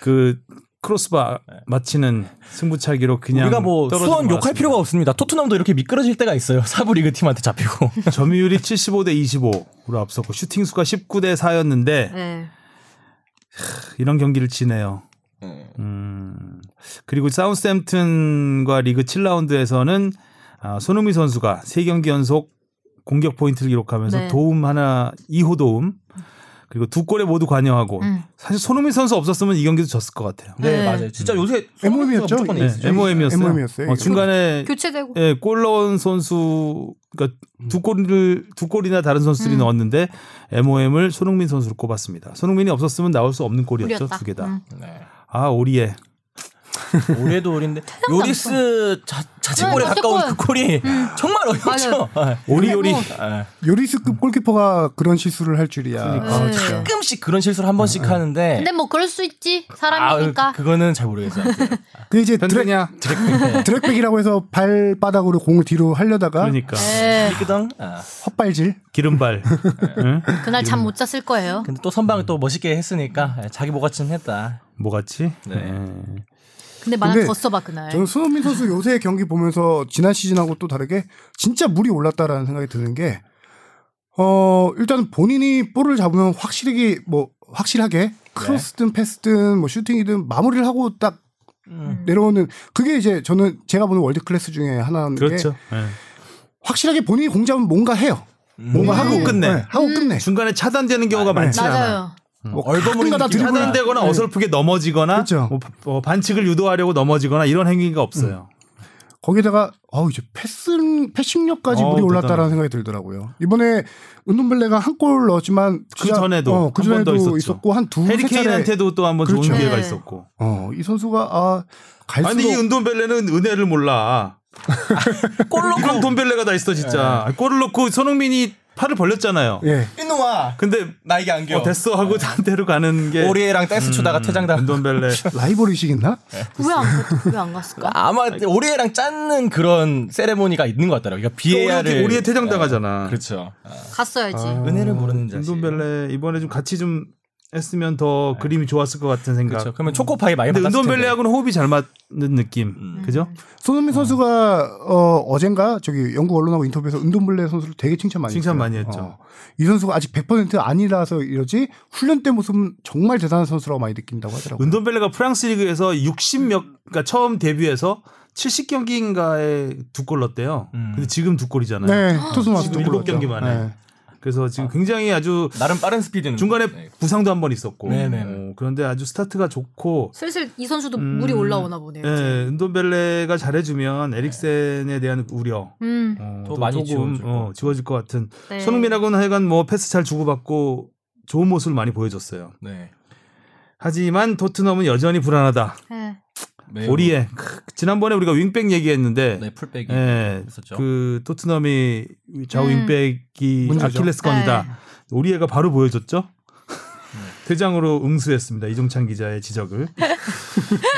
그 크로스바 맞히는 승부차기로 그냥
네. 우리가 뭐
떨어지고
수원 욕할
말았습니다.
필요가 없습니다. 토트넘도 이렇게 미끄러질 때가 있어요. 사부리그 팀한테 잡히고.
점유율이 75대 25로 앞섰고 슈팅 수가 19대 4였는데
네.
이런 경기를 지네요. 음. 그리고 사우스햄튼과 리그 7라운드에서는 아, 손흥민 선수가 3경기 연속 공격 포인트를 기록하면서
네.
도움 하나 2호 도움 그리고 두 골에 모두 관여하고
음.
사실 손흥민 선수 없었으면 이 경기도 졌을 것 같아요.
네.
진짜 요새
MOM 이었죠?
무조건
네,
에이스죠.
MOM이었어요.
MOM이었어요.
어, 중간에
교체되고.
예, 골 넣은 선수 그러니까
음.
두 골을 두 골이나 다른 선수들이
음.
넣었는데 MOM을 손흥민 선수로 꼽았습니다. 손흥민이 없었으면 나올 수 없는 골이었죠
우리였다.
두 개 다.
음.
네.
아 오리에
올해도 올인데 요리스 자, 자책골에
네,
가까운
자책골.
그 골이 정말 어이없죠.
오리오리
뭐,
네.
요리스급 골키퍼가 그런 실수를 할 줄이야.
그러니까.
아,
네.
진짜.
가끔씩 그런 실수를 한 번씩 하는데
근데 뭐 그럴 수 있지.
아,
사람이니까.
그- 그거는 잘 모르겠어요.
그 이제 드랙,
변태냐?
드랙백이라고 해서 발바닥으로 공을 뒤로 하려다가
그러니까
네.
미끄덩. 아,
헛발질.
기름발. 응?
그날 잠 못 잤을 거예요.
근데 또 선방을 또 멋있게 했으니까 예, 자기 뭐가쯤 했다.
뭐같이? 예.
네.
근데 만화
근데
졌어 봐 그날.
저는 손흥민 선수 요새 경기 보면서 지난 시즌하고 또 다르게 진짜 물이 올랐다라는 생각이 드는 게 어, 일단 본인이 볼을 잡으면 확실히 뭐
네.
확실하게 크로스든 패스든 뭐 슈팅이든 마무리를 하고 딱
음.
내려오는 그게 이제 저는 제가 보는 월드 클래스 중에 하나인
그렇죠.
게
예.
확실히 본인이 공 잡으면 뭔가 해요.
뭔가
음.
하고 끝내.
네, 하고 끝내.
중간에 차단되는 경우가 많지 않아.
맞아요.
뭐
얼버무린
가끔가다
느낌.
드리블
하나-
차단되거나 어설프게 넘어지거나
네. 그렇죠.
뭐, 뭐 반칙을 유도하려고 넘어지거나 이런 행위가 없어요.
거기다가 어우 이제 패스 패싱력까지
어우,
물이 올랐다라는
대단하다.
생각이 들더라고요. 이번에 은돔벨레가 한 골 넣었지만
그 전에도
어, 그
한번더
전에도
있었죠.
있었고 한두 세 차례
해리케인한테도 또 한번
음. 그렇죠.
좋은 기회가
네.
있었고.
어, 이 선수가 아 갈수록
아니 이 은돈벨레는 은혜를 몰라. 골 넣고 은돈벨레가 다 있어 진짜. 골을 넣고 손흥민이 팔을 벌렸잖아요.
네. 예.
이놈아. 그
근데
나에게 안겨.
어, 음, 됐어 하고 다른 데로 가는 게
네. 오리에랑 댄스 추다가 퇴장당.
은돈벨레.
라이벌 의식 있나?
왜안왜안 갔을까?
아마 오리에랑 짰는 그런 세레모니가 있는 것 같더라고요. 그러니까 비에야를
오리에 오리에 퇴장당하잖아.
그렇죠. 아,
갔어야지.
은혜를 모르는 자식.
네. 은돈벨레 이번에 좀 같이 좀 했으면 더 그림이 좋았을 것 같은 생각.
네. 그렇죠. 그러면 초코파이 많이
근데
받았을 텐데. 음.
은돈벨레하고는 호흡이 잘 맞는 느낌.
음,
그죠?
손흥민 선수가 어, 어젠가 저기 영국 언론하고 인터뷰에서 은돔벨레 선수를 되게 칭찬 많이
칭찬
했어요.
많이 했죠.
어. 이 선수가 아직 100% 아니라서 이러지 훈련 때 모습은 정말 대단한 선수라고 많이 느낀다고 하더라고요.
은돈벨레가 프랑스 리그에서 60몇 그러니까 처음 데뷔해서 70경기인가에 두 골 넣었대요.
음.
근데 지금 두 골이잖아요.
네, 토트넘 와서
지금
또
일곱
골랐죠.
경기만 해.
네.
그래서 지금 굉장히 아주
나름 빠른 스피드는
중간에
네.
부상도 한 번 있었고
네네.
어, 그런데 아주 스타트가 좋고
슬슬 이 선수도
음.
물이 올라오나 보네요.
예, 은돈벨레가 잘해주면 에릭센에 대한 우려
음.
어,
더
또
많이
조금
지워질 것
어, 지워질 것 같은
네.
손흥민하고는 하여간 뭐 패스 잘 주고받고 좋은 모습을 많이 보여줬어요.
네.
하지만 토트넘은 여전히 불안하다.
네.
매우-
오리에 크, 지난번에 우리가 윙백 얘기했는데
뭐. 네, 그렇죠. 풀백이
예,
했었죠.
그 토트넘이 좌우
음.
윙백이
문제죠.
아킬레스건이다.
네.
오리에가 바로 보여줬죠.
네.
퇴장으로 응수했습니다. 이종찬 기자의 지적을.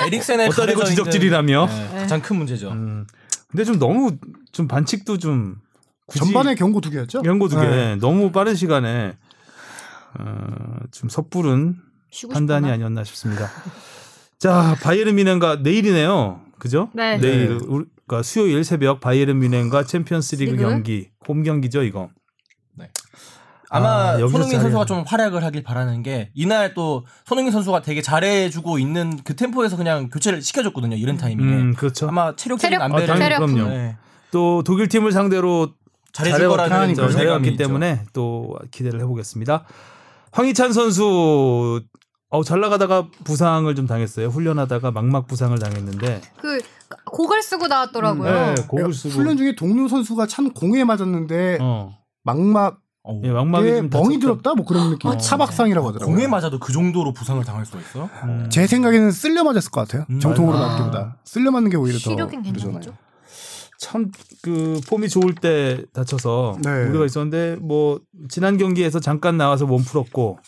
에릭센의
어따리고
가려져
네, 지적질이라며.
있는- 네, 가장 큰 문제죠.
음, 근데 좀 너무 좀 반칙도 좀 굳이
전반에 경고 두 개였죠?
연고 두 개.
네.
너무 빠른 시간에 어, 좀 섣부른
쉬고
판단이
싶구나.
아니었나 싶습니다. 자, 바이에른 뮌헨과 내일이네요. 그죠?
네.
내일 우리- 그러니까 수요일 새벽 바이에른 뮌헨과 챔피언스리그
리그?
경기 홈 경기죠 이거.
아마
아, 여기서
손흥민
잘해야
선수가
돼.
좀 활약을 하길 바라는 게 이날 또 손흥민 선수가 되게 잘해주고 있는 그 템포에서 그냥 교체를 시켜줬거든요 이런 타이밍에
음, 그렇죠.
아마 체력적인
체력-
아,
안배를
당연히
체력
그럼요.
네,
또 독일 팀을 상대로
잘해줄 거라는
잘해왔기
그런
기대감이 있죠.
때문에 또 기대를 해보겠습니다. 황희찬 선수 어, 잘 나가다가 부상을 좀 당했어요. 훈련하다가 막막 부상을 당했는데
그 고글 쓰고 나왔더라고요.
네, 고글 쓰고
그러니까 훈련 중에 동료 선수가 찬 공에 맞았는데
어,
막막
어우,
예, 막막이
에
좀
멍이
다쳤다.
들었다 뭐 그런
아,
느낌. 차박상이라고 하더라고요.
공에 맞아도 그 정도로 부상을 당할 수가 있어?
음.
제 생각에는 쓸려 맞았을 것 같아요.
음,
정통으로
음. 맞아.
맞기보다 쓸려 맞는 게 오히려 더
시력엔
그러잖아요.
괜찮겠죠?
참 그 폼이 좋을 때 다쳐서
네.
우려가 있었는데 뭐 지난 경기에서 잠깐 나와서 몸 풀었고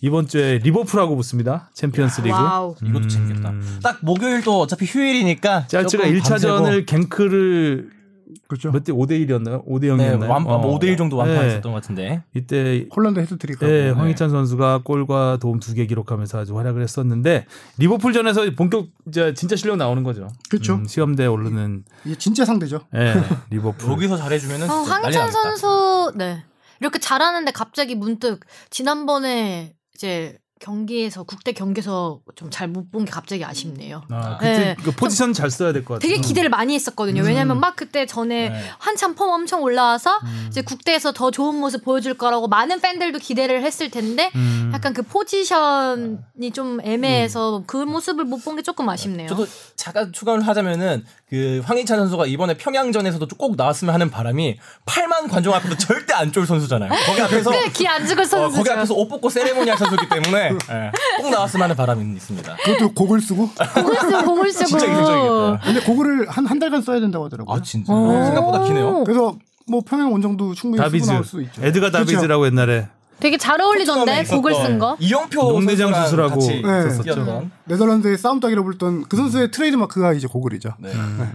이번 주에 리버풀하고 붙습니다. 챔피언스리그. 음.
와우.
이것도 재밌겠다. 딱 목요일도 어차피 휴일이니까
짤츠가
조금
1차전을 갱크를
그렇죠.
몇 대 5대 1이었나요? 5대
밤새고- 네,
0이었나요?
완, 어, 5대1 정도
네.
완판했었던 것 네. 같은데
이때
홀란드 헤드트릭.
예,
하고.
황희찬 선수가 골과 도움 두 개 기록하면서 아주 활약을 했었는데 리버풀전에서 본격 이제 진짜 실력 나오는 거죠.
그렇죠.
음, 시험대에 오르는
이게 진짜 상대죠.
예, 리버풀.
여기서 잘해주면은
어,
진짜 난리 나겠다.
황희찬 선수 네 이렇게 잘하는데 갑자기 문득 지난번에 이제 경기에서 국대 경기에서 좀 잘 못 본 게 갑자기 아쉽네요.
음.
아, 그때
네.
그 포지션 잘 써야 될 것 같아요.
되게 기대를 많이 했었거든요. 왜냐면 막 그때 전에
음. 네. 음.
한참 폼 엄청 올라와서 이제 국대에서 더 좋은 모습 보여줄 거라고 많은 팬들도 기대를 했을 텐데
음.
약간 그 포지션이 좀 애매해서 그 모습을 못 본 게 조금 아쉽네요.
음. 저도 잠깐 추가를 하자면은 그 황희찬 선수가 이번에 평양전에서도 꼭 나왔으면 하는 바람이 8만 관중 앞에서 절대 안 쫄 선수잖아요. 거기 앞에서
그기안 죽을
어,
선수.
거기 앞에서 옷 벗고 세레모니 할 선수기 때문에 예, 꼭 나왔으면 하는 바람이 있습니다.
그것도 고글 쓰고.
공을 쓰고 공을 쓰고.
진짜 인상적이겠다.
근데 고글을 한 한 달간 써야 된다고 하더라고요.
아 진짜
어.
생각보다 기네요.
그래서 뭐 평양 원정도 충분히 쓰고
다비즈.
나올 수 있죠. 그렇죠.
에드가 다비즈라고 옛날에
되게 잘 어울리던데 고글 쓴 거.
이영표
농내장
선수랑
수술하고
같이
네.
뛰었던.
네덜란드의 싸움닭이라고 불렸던 그
음.
선수의 트레이드마크가 이제 고글이죠.
네.
네.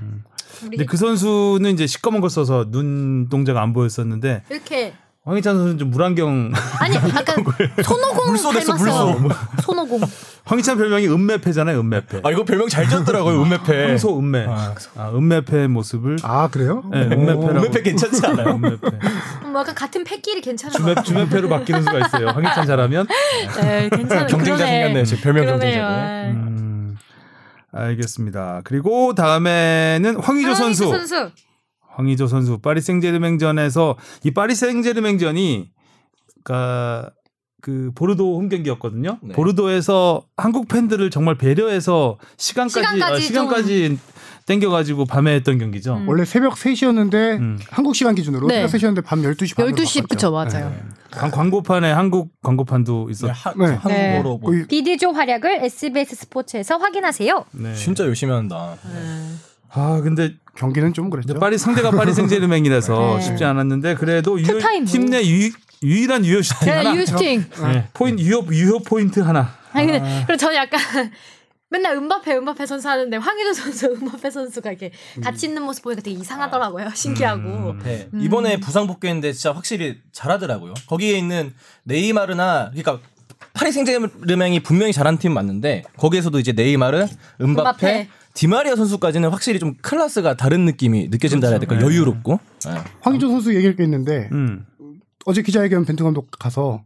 근데 그 선수는 이제 시꺼먼 걸 써서 눈 동자가 안 보였었는데
이렇게
황희찬 선수는 좀 물안경
아니 약간 손오공
물소됐어,
닮았어요. 손오공.
황희찬 별명이 은매패잖아요 은매패
예.
아 이거 별명 잘 지었더라고요 은매패.
평소 은매 아, 은매패 모습을
아 그래요?
네, 은매패라고
은매패 괜찮지 않아요?
은매패
뭐 약간 같은 패끼리 괜찮은 거.
주매, 주매패로 바뀌는 수가 있어요 황희찬 잘하면
네, 괜찮은
경쟁자 생겼네요. 지금 별명 경쟁자.
그러네요.
음, 알겠습니다. 그리고 다음에는 황의조 선수.
선수.
황의조 선수 파리 생제르맹전에서 이 파리 생제르맹전이 그러니까 그 보르도 홈 경기였거든요.
네.
보르도에서 한국 팬들을 정말 배려해서 시간까지
시간까지
아,
좀-
시간까지 땡겨가지고 밤에 했던 경기죠.
음.
원래 새벽 3시였는데
음.
한국 시간 기준으로
네.
새벽 3시였는데 밤 12시 반
12시 그쵸 맞아요.
광- 광고판에 한국 광고판도 있었.
하-
네.
한국어로 뭐-
비디조 활약을 SBS 스포츠에서 확인하세요.
네.
진짜 열심히 한다.
아 근데
경기는 좀
근데
그랬죠.
파리 상대가 파리 생제르맹이라서
네.
쉽지 않았는데 그래도 유효,
풀타임 뭐.
팀내 유, 유일한 유효 슈팅 하나.
네, 유스팅.
네. 포인 유효 유효 포인트 하나.
아니 근데 그리고 저는 약간 맨날 음바페 음바페 선수 하는데 황희조 선수 음바페 선수가 이렇게 같이 있는 모습 보니까 되게
음.
이상하더라고요. 신기하고.
네. 이번에 부상 복귀했는데 진짜 확실히 잘하더라고요. 거기에 있는 네이마르나 그러니까 파리 생제르맹이 분명히 잘한 팀 맞는데 거기에서도 이제 네이마르, 음바페,
음바페.
디마리아 선수까지는 확실히 좀 클래스가 다른 느낌이 느껴진다 해야
그렇죠.
될까? 여유롭고. 네.
황희조 선수 얘기할 게 있는데
음.
어제 기자회견 벤투 감독 가서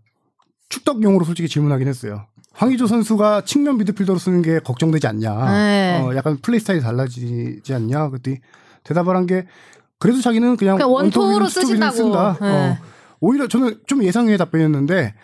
축덕용으로 솔직히 질문하긴 했어요. 황희조 선수가 측면 미드필더로 쓰는 게 걱정되지 않냐.
네.
어, 약간 플레이 스타일이 달라지지 않냐. 그때 대답을 한 게 그래도 자기는
그냥
그냥
그러니까 원톱으로
원톱이든 투톱이든
쓰신다고.
쓴다.
네.
어. 오히려 저는 좀 예상외의 답변이었는데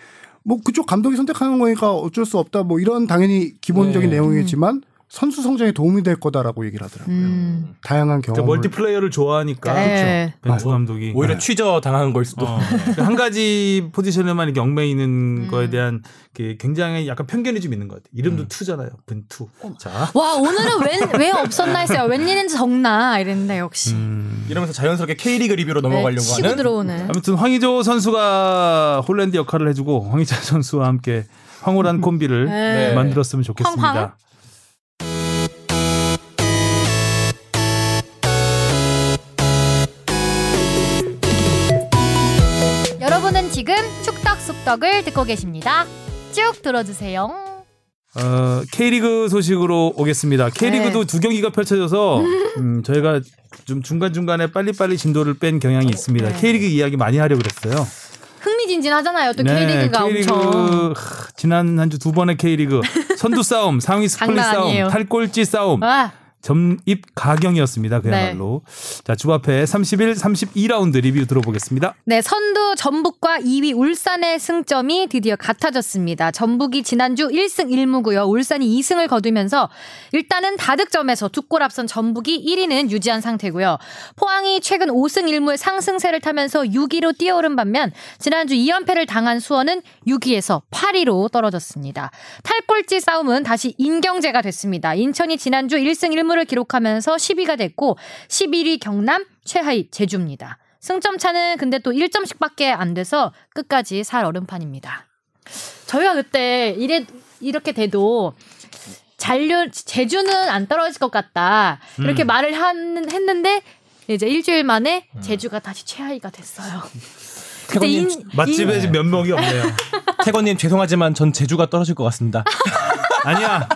뭐 그쪽 감독이 선택하는 거니까 어쩔 수 없다. 뭐 이런 당연히 기본적인
네.
내용이겠지만 선수 성장에 도움이 될 거다라고 얘기를 하더라고요.
음.
다양한
그러니까
경험.
멀티플레이어를 좋아하니까
네.
그렇죠. 벤투 감독이
오히려 취저 당한 걸 수도.
어. 그러니까 한 가지 포지션에만 이렇게 얽매 있는
음.
거에 대한 그 굉장히 약간 편견이 좀 있는 것 같아요. 이름도 투잖아요. 벤투.
어.
자.
와 오늘은 웬, 왜 없었나 했어요. 웬일인지 적나 이랬는데 역시
이러면서 자연스럽게 K리그 리뷰로
네,
넘어가려고
치고
음, 하는 음.
들어오는.
아무튼 황의조 선수가 홀랜드 역할을 해주고 황희찬 선수와 함께 황홀한 콤비를
네.
만들었으면 좋겠습니다.
황황?
여러분은 지금 축덕숙덕을 듣고 계십니다. 쭉 들어주세요.
어, K리그 소식으로 오겠습니다. K리그도
네.
두 경기가 펼쳐져서 음, 저희가 좀 중간중간에 빨리빨리 진도를 뺀 경향이 있습니다.
네.
K리그 이야기 많이 하려고 그랬어요.
흥미진진하잖아요. 또
네,
K리그가
네, K리그,
엄청
하, 지난 한 주 두 번의 K리그 선두 싸움, 상위 스플릿
장난
싸움,
아니에요.
탈꼴찌 싸움,
아,
점입 가경이었습니다. 그야말로. 자, 주바페 31, 32라운드 리뷰 들어보겠습니다.
네, 선두 전북과 2위 울산의 네, 승점이 드디어 같아졌습니다. 전북이 지난주 1승 1무고요. 울산이 2승을 거두면서 일단은 다득점에서 두 골 앞선 전북이 1위는 유지한 상태고요. 포항이 최근 5승 1무의 상승세를 타면서 6위로 뛰어오른 반면 지난주 2연패를 당한 수원은 6위에서 8위로 떨어졌습니다. 탈꼴찌 싸움은 다시 인경제가 됐습니다. 인천이 지난주 1승 1무를 기록하면서 10위가 됐고 11위 경남, 최하위 제주입니다. 승점 차는 근데 또 1점씩밖에 안 돼서 끝까지 살 얼음판입니다. 저희가 그때 이래 이렇게 돼도 잔류 제주는 안 떨어질 것 같다 이렇게 말을 한, 했는데 이제 일주일 만에 제주가 다시 최하위가 됐어요. 근데
태권님,
인-
맛집에 지금 몇 명이 없네요.
태권님 죄송하지만 전 제주가 떨어질 것 같습니다.
아니야.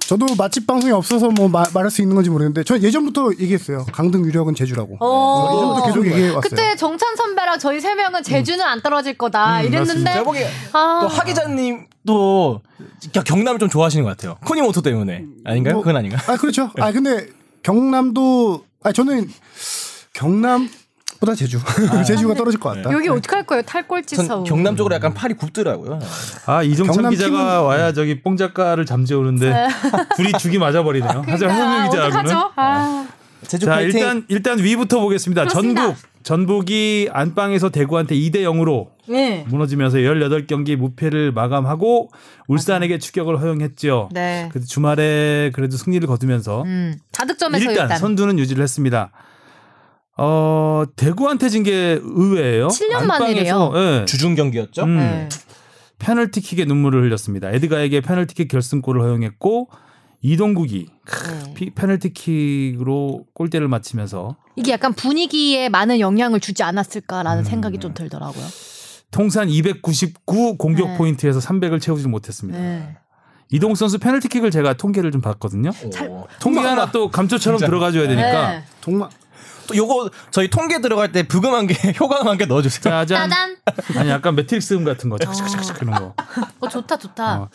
저도 맛집 방송이 없어서 뭐 마- 말할 수 있는 건지 모르겠는데 저 예전부터 얘기했어요. 강등 유력은 제주라고.
어.
예전부터 계속 얘기해 왔어요.
그때 정찬 선배랑 저희 세 명은 제주는 안 떨어질 거다 이랬는데
제가 보기에 또
아,
하기자님도 경남을 좀 좋아하시는 것 같아요. 쿠니모토 때문에 아닌가요? 네.
뭐-
그건 아닌가?
아 그렇죠. 아 근데 경남도 아 저는 경남보다 제주
아.
제주가 떨어질 것 같다.
여기 어떻게 할 거예요 탈꼴찌
전
싸움.
경남 쪽으로 약간 팔이 굽더라고요.
아, 이종찬
경남
기자가
팀은-
와야 저기 뽕 작가를 잠재우는데 둘이 죽이 맞아버리네요. 하지만 홍윤
네. 그러니까
기자하고는.
어떡하죠? 아.
제주
자,
파이팅.
일단 일단 위부터 보겠습니다.
그렇습니다.
전북 전북이 안방에서 대구한테 2대 0으로
네.
무너지면서 18경기 무패를 마감하고 울산에게 추격을 허용했죠.
네.
그래서 주말에 그래도 승리를 거두면서
음, 다득점에서 일단,
일단, 선두는 유지를 했습니다. 어, 대구한테 진 게 의외예요.
칠년
안방에서,
만이래요.
예.
주중 경기였죠.
음,
네.
페널티킥에 눈물을 흘렸습니다. 에드가에게 페널티킥 결승골을 허용했고 이동국이
네.
피- 페널티킥으로 골대를 맞히면서
이게 약간 분위기에 많은 영향을 주지 않았을까라는 생각이 좀 들더라고요.
통산 299 공격
네.
포인트에서 300을 채우지 못했습니다.
네.
이동 선수 페널티킥을 제가 통계를 좀 봤거든요.
잘-
오.
통계 하나 또 감초처럼
진짜.
들어가줘야 되니까.
네.
동마
또 요거 저희 통계 들어갈 때 부금한 게 효과음한 게 넣어주세요.
짜잔.
따단.
아니 약간 매트릭스 음 같은 거. 착착착착 이런 거.
어 좋다 좋다.
어.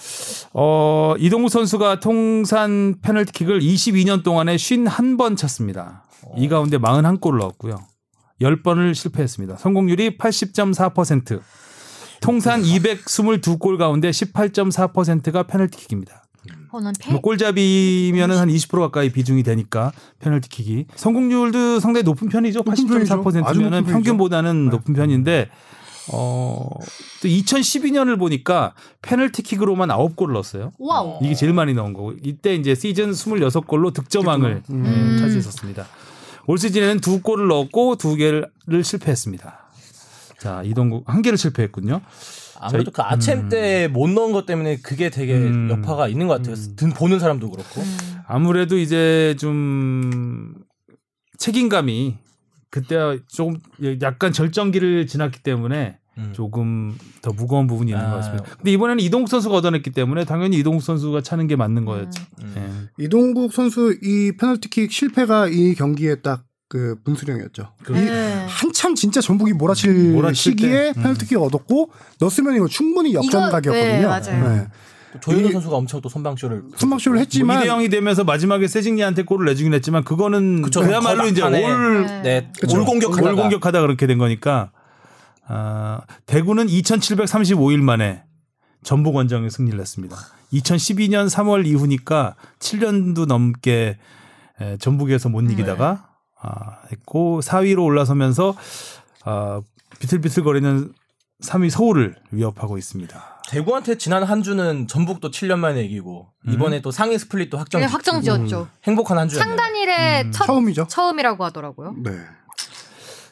어, 이동우 선수가 통산 페널티킥을 22년 동안에 51번 찼습니다. 이 가운데 41골을 넣었고요. 10번을 실패했습니다. 성공률이 80.4%. 통산 222골 가운데 18.4%가 페널티킥입니다.
어, 난 페...
뭐 골잡이면은 한 20% 가까이 비중이 되니까 페널티킥이 성공률도 상당히 높은 편이죠.
높은 편이죠. 아주
80.4%면은
높은 편이죠. 네.
평균보다는 높은 편인데 어또 2012년을 보니까 페널티킥으로만 9골을 넣었어요.
와우.
이게 제일 많이 넣은 거고 이때 이제 시즌 26골로 득점왕을 음, 차지했었습니다. 올 시즌에는 두 골을 넣었고 두 개를 실패했습니다. 자 이동국 한 개를 실패했군요.
아무래도 그 아챔 때 못 넣은 것 때문에 그게 되게
음.
여파가 있는 것 같아요. 든 보는 사람도 그렇고.
아무래도 이제 좀 책임감이 그때 조금 약간 절정기를 지났기 때문에
음.
조금 더 무거운 부분이 있는
아.
것 같습니다. 근데 이번에는 이동욱 선수가 얻어냈기 때문에 당연히 이동욱 선수가 차는 게 맞는 거였죠. 예.
이동국 선수 이 페널티킥 실패가 이 경기에 딱 그 분수령이었죠. 이
네.
한참 진짜 전북이 몰아칠,
몰아칠
음.
시기에 페널티킥 얻었고 넣었으면 이거 충분히
네,
역전각이었거든요.
맞아요.
또 조현우
이-
선수가 엄청 또 선방쇼를
선방쇼를
뭐
했지만
이대영이 되면서 마지막에 세징야한테 골을 내주긴 했지만 그거는
그쵸.
야말로
거의
이제
막판에
올
네.
네,
그쵸.
올 공격하다가
골 공격하다 그렇게 된 거니까 아, 대구는 2,735일 만에 전북 원정에 승리를 했습니다. 2012년 3월 이후니까 7년도 넘게 에, 전북에서 못
네.
이기다가 아, 했고 4위로 올라서면서 아, 비틀비틀거리는 3위 서울을 위협하고 있습니다.
대구한테 지난 한 주는 전북도 7년 만에 이기고 이번에 또 상위 스플릿도 확정.
네, 확정 지었죠.
행복한 한 주였네요.
상단일의 첫
처음이죠.
처음이라고 하더라고요.
네.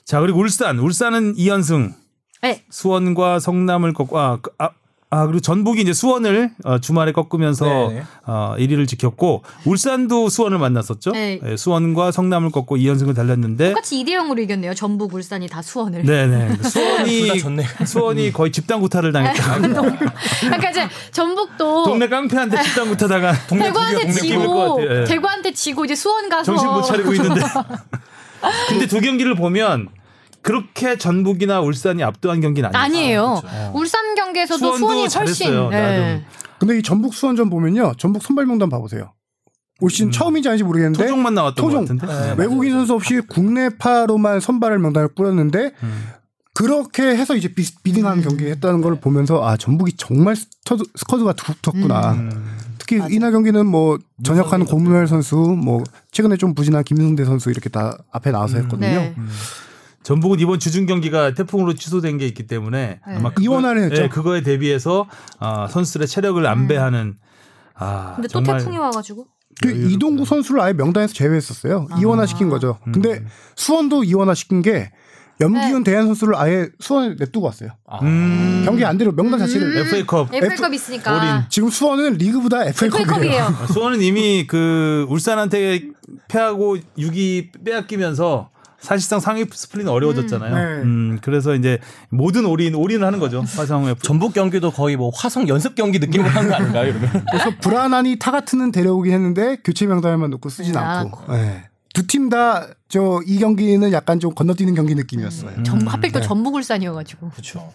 자 그리고 울산, 울산은 2연승
네.
수원과 성남을 꺾고 아, 그, 아, 아 그리고 전북이 이제 수원을 어, 주말에 꺾으면서
네네.
어, 1위를 지켰고 울산도 수원을 만났었죠.
네.
예, 수원과 성남을 꺾고 2연승을 달렸는데
똑같이 2대 0으로 이겼네요. 전북, 울산이 다 수원을.
네네
둘다
수원이
졌네요. 음.
수원이 거의 집단 구타를 당했다.
그러니까 이제 전북도
동네 깡패한테 집단 구타당한
대구한테
동네 기분
지고
것 같아요. 예.
대구한테 지고 이제 수원 가서
정신 못 차리고 있는데. 근데 두 경기를 보면 그렇게 전북이나 울산이 압도한 경기는 아니에요. 그렇죠.
아니에요. 울산 경기에서도
수원도
수원이 훨씬 네.
잘했어요, 나름.
근데 이 전북 수원전 보면요. 전북 선발 명단 봐보세요. 올 시즌 처음인지 아닌지 모르겠는데
토종만 아, 나왔던
토종.
것 같은데.
네.
외국인 선수 없이 국내파로만 선발을 명단을 꾸렸는데
음.
그렇게 해서 이제 비, 딩하는 경기 했다는 걸 보면서 아 전북이 정말 스터드, 스쿼드가 두텁구나. 특히 이날 경기는 뭐 전역한 고문열 선수, 뭐 최근에 좀 부진한 김승대 선수 이렇게 다 앞에 나와서 했거든요.
네.
전북은 이번 주중 경기가 태풍으로 취소된 게 있기 때문에
네.
아마 그거-
이원화를 했죠.
예, 그거에 대비해서 아, 선수들의 체력을 안배하는 아,
음. 근데 또
정말
태풍이 와가지고
그 이동구 선수를 아예 명단에서 제외했었어요. 이원화 시킨 거죠. 근데 수원도 이원화 시킨 게 염기훈 대한 선수를 아예 수원에 냅두고 왔어요.
음,
경기 안 들어 명단 자체를
FA컵
에펠컵 있으니까
올인. 아,
지금 수원은 리그보다 FA컵이에요.
에펠컵이에요.
수원은 이미 그 울산한테 패하고 6위 빼앗기면서 사실상 상위 스플릿은 어려워졌잖아요.
네.
음, 그래서 이제 모든 올인 올인을 하는 거죠. 화성 F.
전북 경기도 거의 뭐 화성 연습 경기 느낌으로 한 거 아닌가요, 이러면?
그래서 불안하니 타가트는 데려오긴 했는데 교체 명단에만 놓고 쓰진
음,
않고. 예. 두 팀 다 저 이 경기는 약간 좀 건너뛰는 경기
음,
느낌이었어요.
전- 하필
네.
또 전북 울산이어가지고
그렇죠.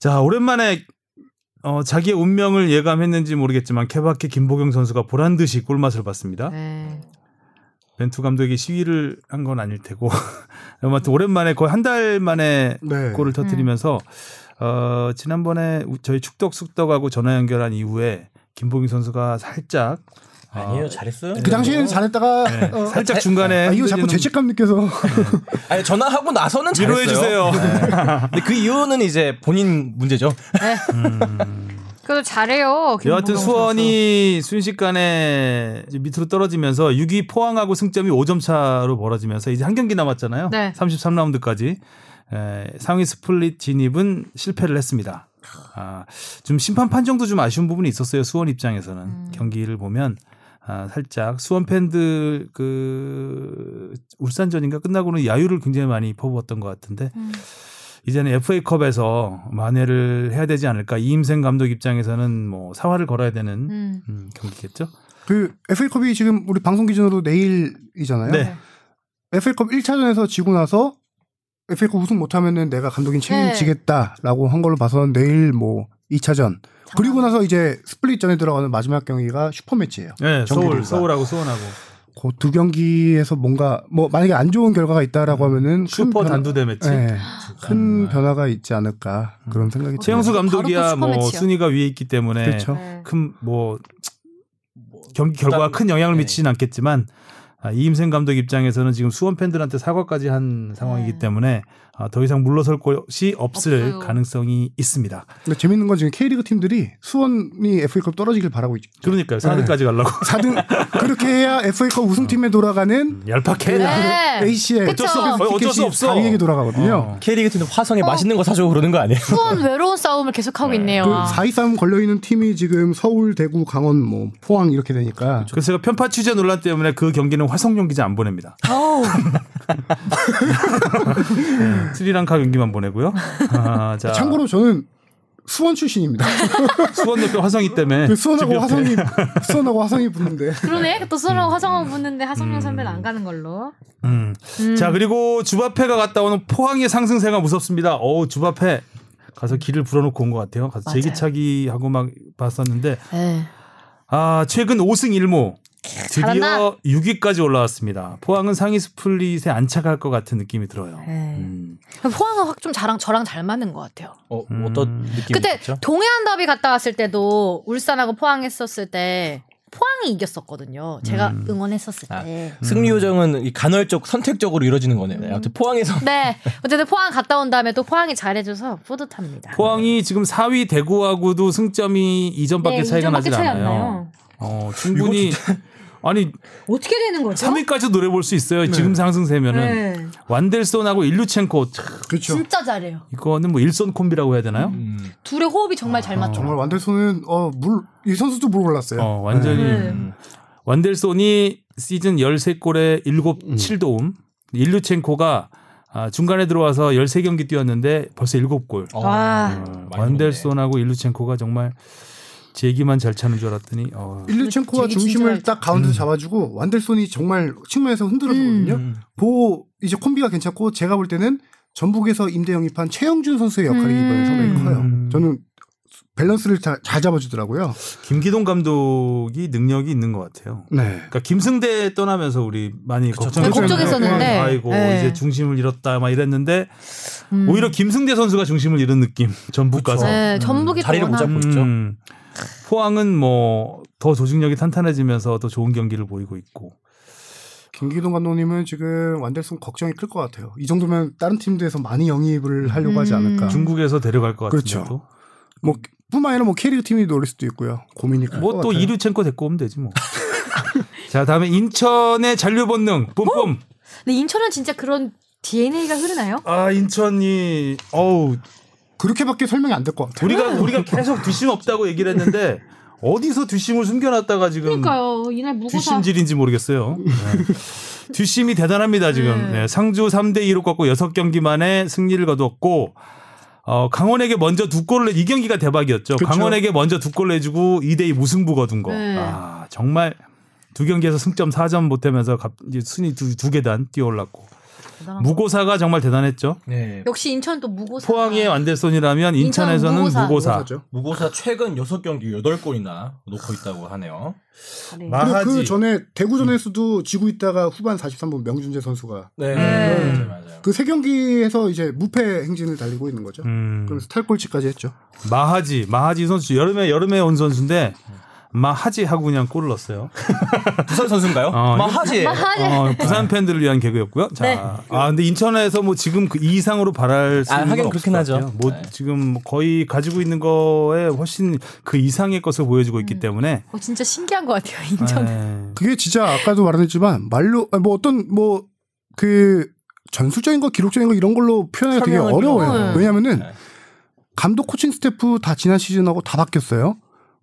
자 오랜만에 어, 자기의 운명을 예감했는지 모르겠지만 케바케 김보경 선수가 보란 듯이 꿀맛을 봤습니다.
네.
벤투 감독이 시위를 한 건 아닐 테고 아무튼 오랜만에 거의 한 달 만에
네.
골을 터뜨리면서 어, 지난번에 우- 저희 축덕 숙덕하고 전화 연결한 이후에 김보경 선수가 살짝
아니에요, 잘했어요.
그 당시에는 잘했다가
네,
어,
살짝 중간에
아, 이거 자꾸
흔들리는-
죄책감 느껴서
아니 전화하고 나서는 잘했어요.
위로해 주세요.
근데 그 이유는 이제 본인 문제죠.
그래도 잘해요.
여하튼
김보경
수원이 순식간에 이제 밑으로 떨어지면서 6위 포항하고 승점이 5점 차로 벌어지면서 이제 한 경기 남았잖아요.
네.
33라운드까지 에, 상위 스플릿 진입은 실패를 했습니다. 아, 좀 심판 판정도 좀 아쉬운 부분이 있었어요. 수원 입장에서는
음.
경기를 보면 아, 살짝 수원 팬들 그 울산전인가 끝나고는 야유를 굉장히 많이 퍼부었던 것 같은데 이제는 FA컵에서 만회를 해야 되지 않을까. 이임생 감독 입장에서는 뭐 사활을 걸어야 되는
음.
음, 경기겠죠.
그 FA컵이 지금 우리 방송 기준으로 내일이잖아요.
네.
FA컵 1차전에서 지고 나서 FA컵 우승 못하면은 내가 감독인 책임지겠다라고 한 걸로 봐서 내일 뭐 2차전 그리고 나서 이제 스플릿전에 들어가는 마지막 경기가 슈퍼매치예요.
네, 서울
정규리그가.
서울하고 수원하고
그 두 경기에서 뭔가 뭐 만약에 안 좋은 결과가 있다라고 하면은
음. 슈퍼
큰 변화-
단두대 매치.
네.
음.
예, 큰 변화가 있지 않을까 그런 생각이
최영수
드네요.
감독이야
바로 또
뭐
슈퍼매치요.
순위가 위에 있기 때문에
그렇죠.
네.
큰 뭐 경기 결과가
일단-
큰 영향을
네.
미치진 않겠지만 아, 이임생 감독 입장에서는 지금 수원 팬들한테 사과까지
네.
한 상황이기 때문에 아, 더 이상 물러설 곳이 없을
없어요.
가능성이 있습니다.
근데 재밌는 건 지금 K리그 팀들이 수원이 FA컵 떨어지길 바라고 있죠.
그러니까요. 4등까지 가려고
4등 그렇게 해야 FA컵 우승팀에 돌아가는
얄팍해.
네.
A씨의
그쵸. 어쩔 수 없-
어쩔 수 없어.
에게 돌아가거든요.
K리그 팀도
어.
화성에 맛있는 거 사주고 그러는 거 아니에요?
수원 외로운 싸움을 계속하고 있네요.
그 4-2-3 걸려있는 팀이 지금 서울, 대구, 강원, 뭐 포항 이렇게 되니까
그래서 제가 편파 취재 논란 때문에 그 경기는 화성용 기자 안 보냅니다.
어우.
스리랑카 경기만 보내고요. 아, 자,
참고로 저는 수원 출신입니다.
수원 옆에 화성이 때문에
그 수원하고 화성이 수원하고 화성이 붙는데
그러네. 또 수원하고 화성하고 붙는데 하성룡 선배는 안 가는 걸로.
음. 자 그리고 주바페가 갔다 오는 포항의 상승세가 무섭습니다. 어우 주바페 가서 길을 불어놓고 온 것 같아요. 가서
맞아요.
제기차기 하고 막 봤었는데
네.
아 최근 5승 1무 드디어
잘한다.
6위까지 올라왔습니다. 포항은 상위 스플릿에 안착할 것 같은 느낌이 들어요.
네.
음.
포항은 확 좀 저랑 저랑 잘 맞는 것 같아요.
어, 어떤 느낌이죠?
그때 동해안 더비 갔다 왔을 때도 울산하고 포항했었을 때 포항이 이겼었거든요. 제가
음.
응원했었을
아.
때.
승리 요정은 이 간헐적 선택적으로 이루어지는 거네요.
음.
아무튼 포항에서
네. 어쨌든 포항 갔다 온 다음에 또 포항이 잘해줘서 뿌듯합니다.
포항이 지금 4위 대구하고도 승점이 2점밖에
네,
차이가
이점밖에
나질
차이 안
않아요.
나요.
어, 충분히 아니
어떻게 되는 거죠?
3위까지 노려볼 수 있어요.
네.
지금 상승세면은
네.
완델손하고 일루첸코 참,
그렇죠.
진짜 잘해요.
이거는 뭐 일손 콤비라고 해야 되나요?
음.
둘의 호흡이 정말
아.
잘 맞죠.
정말 완델손은 어물이 선수도 물 올랐어요.
어, 완전히
네.
음.
완델손이 시즌 13골에
음.
7, 7도움. 일루첸코가 아, 중간에 들어와서 13경기 뛰었는데 벌써 7골.
어,
와.
많이
완델손하고 일루첸코가 정말 제기만 잘 차는 줄 알았더니 어.
일루첸코가
되게
중심을
진짜-
딱 가운데서 잡아주고 완델손이 정말 측면에서 흔들어주거든요.
음.
보 이제 콤비가 괜찮고 제가 볼 때는 전북에서 임대 영입한 최영준 선수의 역할이
음.
이번에 상당히
음.
커요. 저는 밸런스를 잘, 잘 잡아주더라고요.
김기동 감독이 능력이 있는 것 같아요.
네.
그러니까 김승대 떠나면서 우리 많이
네,
걱정했었는데.
아, 아이고
네.
이제 중심을 잃었다 막 이랬는데
음.
오히려 김승대 선수가 중심을 잃은 느낌. 전북 가서.
네, 그렇죠. 전북이
자리를 못
또 워낙-
잡고 있죠.
음. 포항은 뭐 더 조직력이 탄탄해지면서 더 좋은 경기를 보이고 있고.
김기동 감독님은 지금 완델손 걱정이 클 것 같아요. 이 정도면 다른 팀들에서 많이 영입을 하려고 하지
음.
않을까.
중국에서 데려갈 것
그렇죠.
같은데도.
뭐 뿐만 아니라 뭐 캐리어 팀이 노릴 수도 있고요. 고민이 클 것
뭐 또
같아요.
이류첸코 데리고 오면 되지 뭐. 자 다음에 인천의 잔류 본능 뿜뿜.
근데 인천은 진짜 그런 DNA가 흐르나요?
아 인천이 어우
그렇게밖에 설명이 안 될 것 같아요.
우리가 우리가 계속 뒷심 없다고 얘기를 했는데 어디서 뒷심을 숨겨놨다가 지금
그러니까요. 이날 무고사
뒷심질인지 모르겠어요. 네. 뒷심이 대단합니다 지금.
네.
네, 상주 3대 2로 꺾고 6경기 만에 승리를 거두었고 어, 강원에게 먼저 두 골을 이 경기가 대박이었죠.
그쵸.
강원에게 먼저 두 골 내주고 2대 2 무승부 거둔 거.
네.
아 정말 두 경기에서 승점 4점 못하면서 갑- 이제 순위 두, 두 계단 뛰어올랐고
대단한 거.
무고사가 정말 대단했죠.
네.
역시 인천 또 아. 무고사
포항의 완델손이라면
인천
인천에서는
무고사.
무고사.
그렇죠.
무고사 최근 6경기 8골이나 놓고 있다고 하네요.
잘해요.
마-
그리고
아하지. 음.
그 전에 대구전에서도 지고 있다가 후반 43분 명준재 선수가
네.
네.
맞아요, 맞아요.
그 세 경기에서 이제 무패 행진을 달리고 있는 거죠.
음.
그래서 탈골치까지 했죠.
마하지 마하지 선수 여름에 여름에 온 선수인데 마하지 하고 그냥 골을 넣었어요.
부산 선수인가요? 아,
어,
마하지.
어, 부산 팬들을 위한 개그였고요. 자,
아, 네.
아 근데 인천에서 뭐 지금 그 이상으로 바랄 수
아,
있는 건
하긴
없을
그렇긴
것
하죠.
같아요. 뭐
네.
지금 뭐 거의 가지고 있는 거에 훨씬 그 이상의 것을 보여주고 있기 때문에
어, 진짜 신기한 것 같아요. 인천.
네.
그게 진짜 아까도 말했지만 말로 아니, 뭐 어떤 뭐 그 전술적인 거 기록적인 거 이런 걸로 표현하기 되게
설명하기가
어려워요.
어려워요.
왜냐면은
네.
감독 코칭 스태프 다 지난 시즌하고 다 바뀌었어요.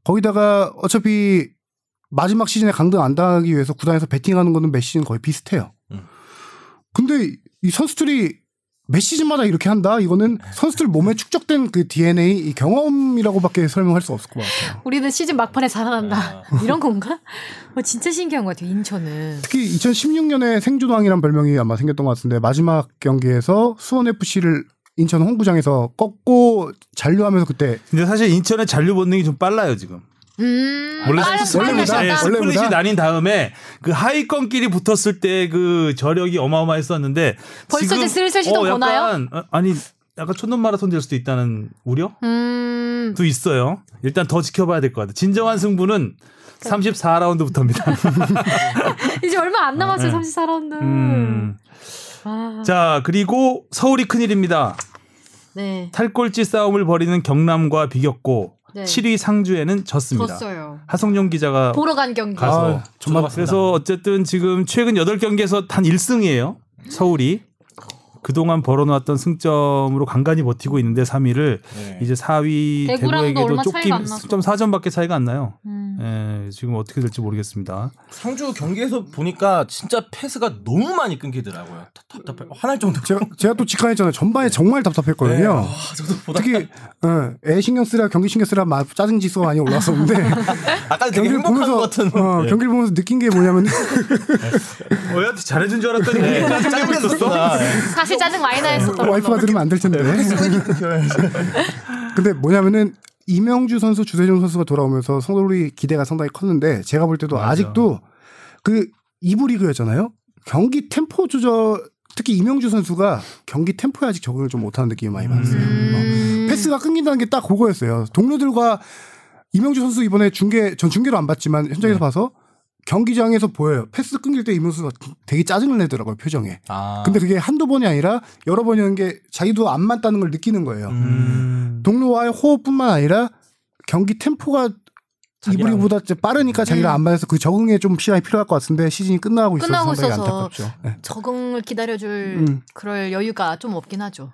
거기다가 어차피 마지막 시즌에 강등 안 당하기 위해서 구단에서 베팅하는 거는 몇 시즌 거의 비슷해요.
음.
근데 이 선수들이 몇 시즌마다 이렇게 한다? 이거는 선수들 몸에 축적된 그 DNA, 이 경험이라고밖에 설명할 수 없을 것 같아요.
우리는 시즌 막판에 살아난다. 뭐 이런 건가? 어, 진짜 신기한 것 같아요. 인천은.
특히 2016년에 생존왕이란 별명이 아마 생겼던 것 같은데 마지막 경기에서 수원 FC를 인천 홈구장에서 꺾고 잔류하면서 그때
근데 사실 인천의 잔류 본능이 좀 빨라요 지금.
음.
원래
빠른
원래보다-
빠른
예,
날씨였다.
원래-
스플릿이
원래보다.
나뉜 다음에 그 하위권끼리 붙었을 때 그 저력이 어마어마했었는데
벌써
지금
이제 슬슬 시동
어,
거나요?
약간, 어, 아니 약간 촌놈 마라톤 될 수도 있다는 우려?
음.
도 있어요. 일단 더 지켜봐야 될 것 같아요. 진정한 승부는
그
34라운드부터입니다.
이제 얼마 안 남았어요. 34라운드.
음.
아.
자, 그리고 서울이 큰일입니다.
네.
탈꼴찌 싸움을 벌이는 경남과 비겼고
네.
7위 상주에는 졌습니다.
졌어요.
하성룡 기자가
보러 간 경기.
가서
아, 정말
그래서 어쨌든 지금 최근 8경기에서 단 1승이에요. 서울이 그동안 벌어놓았던 승점으로 간간히 버티고 있는데 3위를
네.
이제 4위
대구랑도
대구에게도
얼마 차이가 안
쫓김
나서.
승점 4점밖에 차이가 안 나요.
음.
예, 지금 어떻게 될지 모르겠습니다.
상주 경기에서 보니까 진짜 패스가 너무 많이 끊기더라고요. 답답해. 화날 정도.
제가, 제가 또 직관했잖아요. 전반에 정말 답답했거든요.
아, 저도 보다
특히 어, 애 신경 쓰라 경기 신경 쓰라 막 짜증 지수가 많이 올라왔었는데
아까 되게
경기를
행복한
보면서
것 같은. 네.
어, 경기를 보면서 느낀 게 뭐냐면
어야한테 잘해준 줄 알았더니
네. 짜증났었어. 네.
사실 짜증 많이 나 했었던
어, 와이프가 들으면 안 될 텐데.
네, 그
근데 뭐냐면은 이명주 선수, 주세종 선수가 돌아오면서 성돌이 기대가 상당히 컸는데 제가 볼 때도
맞아.
아직도그 2부 리그였잖아요. 경기 템포 조절 특히 이명주 선수가 경기 템포에 아직 적응을 좀 못하는 느낌이 많이 받았어요.
음.
패스가 끊긴다는 게 딱 그거였어요. 동료들과 이명주 선수 이번에 중계 전 중계로 안 봤지만
네.
현장에서 봐서 경기장에서 보여요. 패스 끊길 때 이명주 선수가 되게 짜증을 내더라고요 표정에.
아.
근데 그게 한두 번이 아니라 여러 번이라는 게 자기도 안 맞다는 걸 느끼는 거예요.
음.
동료와의 호흡뿐만 아니라 경기 템포가
자기랑-
이브리그보다 이제 빠르니까 자기가 안 맞아서 그 적응에 좀 시간이 필요할 것 같은데 시즌이 끝나고 있어서
끝나고
상당히
있어서.
안타깝죠. 네.
적응을 기다려줄 그럴 여유가 좀 없긴 하죠.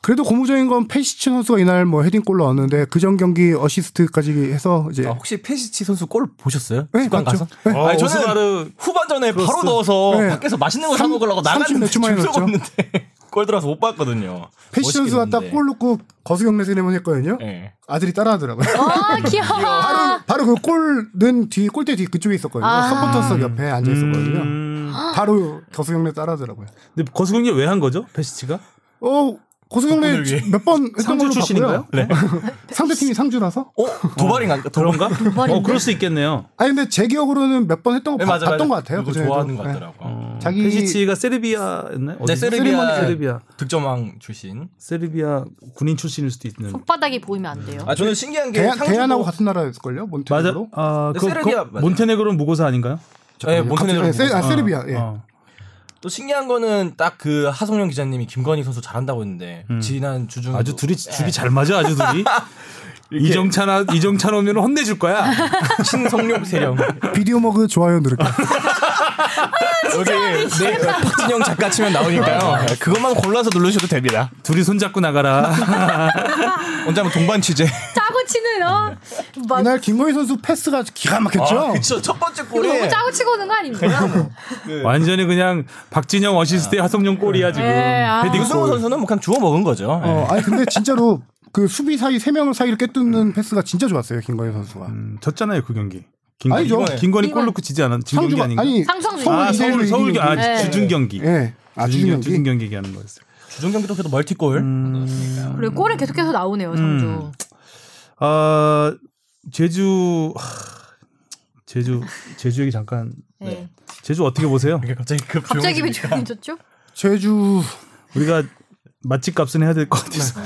그래도 고무적인 건 페시치 선수가 이날 뭐 헤딩골로 얻는데 그전 경기 어시스트까지 해서 이제
아, 혹시 페시치 선수 골 보셨어요?
네,
직관
봤죠.
가서?
네.
어,
아니, 저는
오스마르
후반전에 바로
크로스.
넣어서
네.
밖에서 맛있는 거 사
삼-
먹으려고
삼십
나갔는데
몇 초만에
줄 서고
넣었죠.
있는데 골 들어와서 못 봤거든요.
페시치 선수가 딱 골 넣고 거수경례세 네번 했거든요.
네.
아들이 따라하더라고요.
아 귀여워.
바로 바로 그 골은 뒤 골대 뒤 그쪽에 있었거든요.
아.
서포터석 옆에 앉아 있었거든요.
음.
바로 거수경례 따라하더라고요.
근데 거수경이 왜 한 거죠? 페시치가?
어
덕분을 위해.
고수경례 몇 번 했던
상주
걸로
출신인가요?
봤고요.
네.
상대팀이 상주라서.
어? 도발인가? 도발.
그런가? 어, 그럴 수 있겠네요.
아니 근데 제 기억으로는 몇 번 했던 거
네,
봐-
맞아, 맞아.
봤던 것 같아요.
누구
그전에도.
좋아하는 것
네.
같더라고.
어,
자기-
페시치가 세르비아였나요?
네,
어디지?
세르비아,
세르비아.
득점왕 출신.
세르비아 군인 출신일 수도 있는.
손바닥이 보이면 안 돼요.
아 저는 신기한 게
대한,
상주도-
대한하고 같은 나라였을걸요?
맞아.
몬테네그로?
아,
네,
그,
세르비아
그
맞아요.
몬테네그로는 모고사 아닌가요?
예, 몬테네그로.
갑자기- 네, 세, 아,
어,
세르비아. 예.
어.
또 신기한 거는 딱 그 하성룡 기자님이 김건희 선수 잘한다고 했는데
음.
지난 주중
아주 둘이
예.
줄이 잘 맞아 아주 둘이. 이정찬아 이정찬 오면 혼내줄 거야.
신성룡 세령
비디오 머그 좋아요 누를게.
여기 네, 박진영 작가 치면 나오니까요 그것만 골라서 누르셔도 됩니다
둘이 손잡고 나가라.
언제 한번 동반 취재
짜고 치는 어. 막
이날 김건희 선수 패스가 기가 막혔죠?
아, 그쵸 첫 번째
너무
골에
짜고 치고 오는 거 아닙니까?
완전히 그냥 박진영 어시스트의
아.
하성룡 골이야 지금.
예, 아.
헤딩
유승호
골.
선수는 뭐 그냥 주워 먹은 거죠 네.
어, 아니 근데 진짜로 그 수비 사이 세 명을 사이를 꿰뚫는 패스가 진짜 좋았어요 김건희 선수가.
음, 졌잖아요 그 경기. 김건-
아니죠.
김건희 골
이건-
넣고 지지 않았. 진 경기
상주가
아닌가?
아니
삼성이.
서울
아
이대일로
서울 서울
이긴
경- 아
경기. 네.
주중 경기.
예. 아 주중
주중
경기.
주중 경기 얘기하는 거였어요.
주중 경기도 그래도 멀티골
음.
넣었으니까.
그래 골에 계속해서 나오네요 상주.
아 제주 하, 제주 제주 얘기 잠깐.
네.
제주 어떻게 보세요?
이게 갑자기 급
갑자기 왜
조용해지니까.
조용해졌죠?
제주
우리가 맛집 값은 해야 될 것 같아서.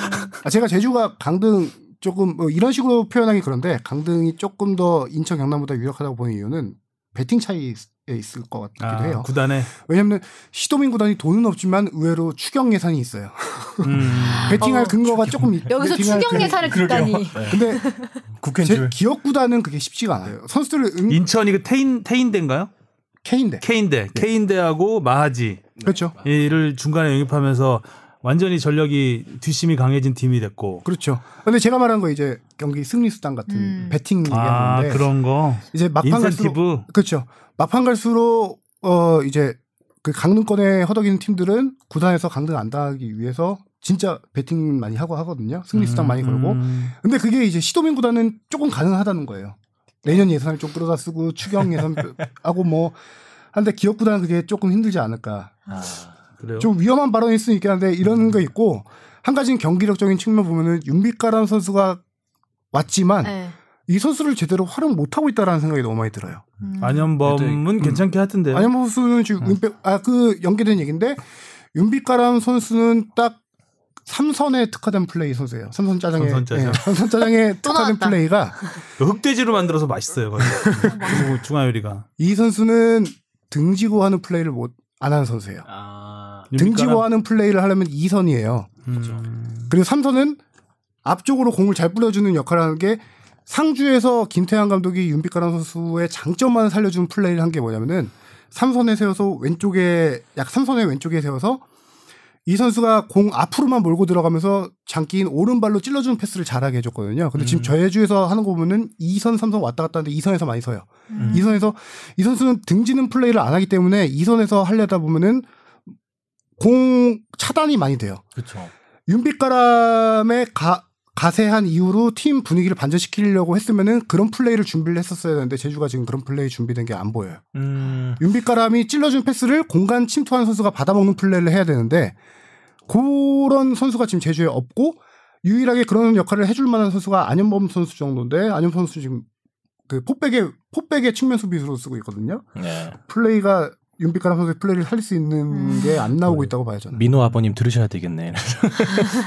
아, 제가 제주가 강등 조금 뭐 이런 식으로 표현하기 그런데 강등이 조금 더 인천 경남보다 유력하다고 보는 이유는 배팅 차이에 있을 것 같기도
아,
해요.
구단에
왜냐하면 시도민 구단이 돈은 없지만 의외로 추경 예산이 있어요.
음,
배팅할
어,
근거가 조금 있-
여기서
배팅할
추경
근-
예산을 듣다니.
근데
국회인
제
줄
기억 구단은 그게 쉽지가 않아요. 선수들을 응
네. 인천이 네. 그 태인 태인대인가요?
K인데
케인대 케인대하고 마하지
그렇죠.
이를 중간에 영입하면서 완전히 전력이 뒷심이 강해진 팀이 됐고.
그렇죠. 근데 제가 말한 거 이제 경기 승리 수당 같은
음.
배팅
아
얘기하는데
그런 거.
이제 막판 갈수록
인센티브.
그렇죠. 막판 갈수록 어 이제 그 강등권에 허덕이는 팀들은 구단에서 강등 안 당하기 위해서 진짜 배팅 많이 하고 하거든요. 승리 수당 많이 걸고.
음.
근데 그게 이제 시도민 구단은 조금 가능하다는 거예요. 내년 예산을 좀 끌어다 쓰고 추경 예산 하고 뭐 한데 기업 구단은 그게 조금 힘들지 않을까.
아,
그래요.
좀 위험한 발언일 수는 있긴 한데 이런 거 있고 한 가지는 경기력적인 측면 보면은 윤빛가람 선수가 왔지만
네.
이 선수를 제대로 활용 못 하고 있다라는 생각이 너무 많이 들어요.
음.
안현범은 괜찮게 하던데요.
안현범 뭐 선수는
음.
지금 은백 아그 연계된 얘기인데 윤빛가람 선수는 딱 삼선에 특화된 플레이 선수예요. 삼선 짜장에
삼선 짜장.
예, 삼선 짜장에
또
특화된
나왔다.
플레이가
그 흑돼지로 만들어서 맛있어요. 거기. 그리고 중화요리가
이 선수는 등지고 하는 플레이를 못 안 하는 선수예요.
아.
등지고 하는 플레이를 하려면 2선이에요.
음.
그리고 삼선은 앞쪽으로 공을 잘 뿌려주는 역할을 하는 게 상주에서 김태환 감독이 윤빛가람 선수의 장점만 살려주는 플레이를 한 게 뭐냐면은 삼선에 세워서 왼쪽에 약 삼선의 왼쪽에 세워서 이 선수가 공 앞으로만 몰고 들어가면서 장기인 오른발로 찔러주는 패스를 잘하게 해줬거든요. 근데 지금 저해주에서 하는 거 보면은 2선, 3선 왔다 갔다 하는데 2선에서 많이 서요.
음.
이선에서이 선수는 등지는 플레이를 안 하기 때문에 이선에서 하려다 보면은 공 차단이 많이 돼요.
그쵸.
윤빛가람의 가, 가세한 이후로 팀 분위기를 반전시키려고 했으면은 그런 플레이를 준비를 했었어야 되는데 제주가 지금 그런 플레이 준비된 게 안 보여요.
음.
윤빛가람이 찔러준 패스를 공간 침투하는 선수가 받아먹는 플레이를 해야 되는데 그런 선수가 지금 제주에 없고 유일하게 그런 역할을 해줄 만한 선수가 안현범 선수 정도인데 안현범 선수 지금 그 포백의 포백의 측면 수비수로 쓰고 있거든요.
네.
플레이가 윤빛가람 선수의 플레이를 살릴 수 있는
음.
게 안 나오고 있다고 봐요 저는.
민호 아버님 들으셔야 되겠네.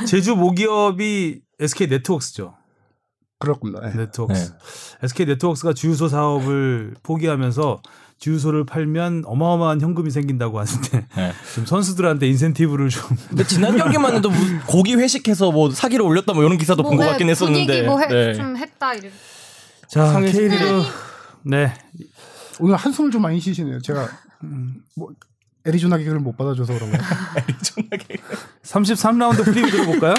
제주 모기업이 SK 네트웍스죠.
그럴 겁니다. 예.
네트웍스. SK 네트웍스가 주유소 사업을 포기하면서 주유소를 팔면 어마어마한 현금이 생긴다고 하는데
네.
좀 선수들한테 인센티브를 좀
근데 지난 경기만 해도 무- 고기 회식해서 뭐 사기를 올렸다 뭐 이런 기사도 본 것
네,
같긴 했었는데.
분위기 뭐 해,
네.
좀 했다 이런.
자,
상위
K리그 네.
오늘 한숨을 좀 많이 쉬시네요. 제가 음, 뭐 애리조나 기회를 못 받아줘서 그런 거예요.
33라운드 프리뷰 들어볼까요?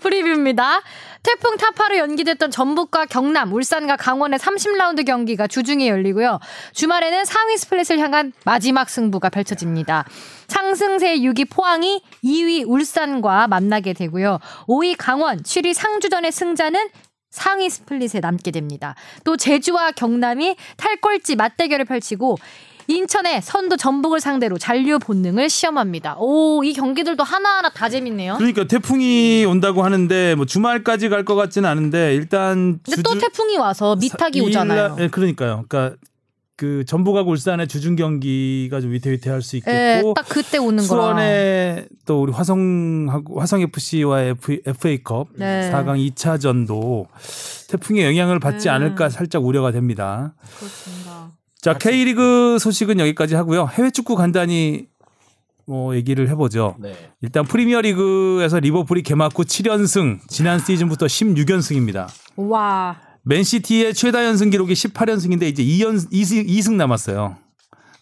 프리뷰입니다. 태풍 타파로 연기됐던 전북과 경남, 울산과 강원의 30라운드 경기가 주중에 열리고요. 주말에는 상위 스플릿을 향한 마지막 승부가 펼쳐집니다. 상승세 6위 포항이 2위 울산과 만나게 되고요. 5위 강원, 7위 상주전의 승자는 상위 스플릿에 남게 됩니다. 또 제주와 경남이 탈꼴찌 맞대결을 펼치고 인천의 선두 전북을 상대로 잔류 본능을 시험합니다. 오, 이 경기들도 하나하나 다 재밌네요.
그러니까 태풍이 온다고 하는데 뭐 주말까지 갈 것 같지는 않은데 일단
근데 또 태풍이 와서 미탁이
사-
오잖아요.
이일날- 예, 그러니까요. 그러니까 그 전북하고 울산의 주중 경기가 좀 위태위태할 수
예,
있겠고
딱 그때 오는 거라.
수원에 또 우리 화성하고 화성 FC와 F, FA컵
네.
4강 2차전도 태풍의 영향을 받지
네.
않을까 살짝 우려가 됩니다.
그렇습니다.
자, K리그 소식은 여기까지 하고요. 해외 축구 간단히 뭐 얘기를 해보죠.
네.
일단 프리미어 리그에서 리버풀이 개막 후 7연승, 지난 시즌부터 16연승입니다.
와.
맨시티의 최다 연승 기록이 18연승인데 이제 2연 2승, 2승 남았어요.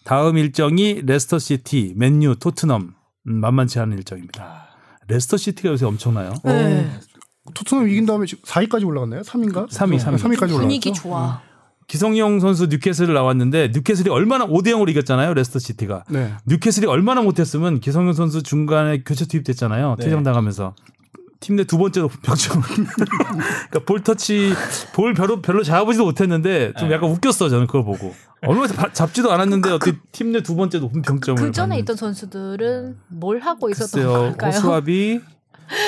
다음 일정이 레스터 시티, 맨유, 토트넘 음, 만만치 않은 일정입니다. 레스터 시티가 요새 엄청나요.
네.
토트넘 이긴 다음에 지금 4위까지 올라갔나요? 3위인가?
삼 위, 삼 위.
3위까지 올라갔죠.
분위기 좋아.
음. 기성용 선수 뉴캐슬을 나왔는데 뉴캐슬이 얼마나 5대 0으로 이겼잖아요. 레스터 시티가.
네.
뉴캐슬이 얼마나 못했으면 기성용 선수 중간에 교체 투입됐잖아요.
네.
퇴장 당하면서 팀 내 두 번째로 병점. 그러니까 볼 터치 볼 별로 별로 잡아보지도 못했는데 좀
네.
약간 웃겼어 저는 그걸 보고 얼마 잡지도 않았는데 어떻게 팀 내 두 번째 높은 병점을.
그 전에
받는.
있던 선수들은 뭘 하고 있었던
음. 글쎄요
걸까요?
허수아비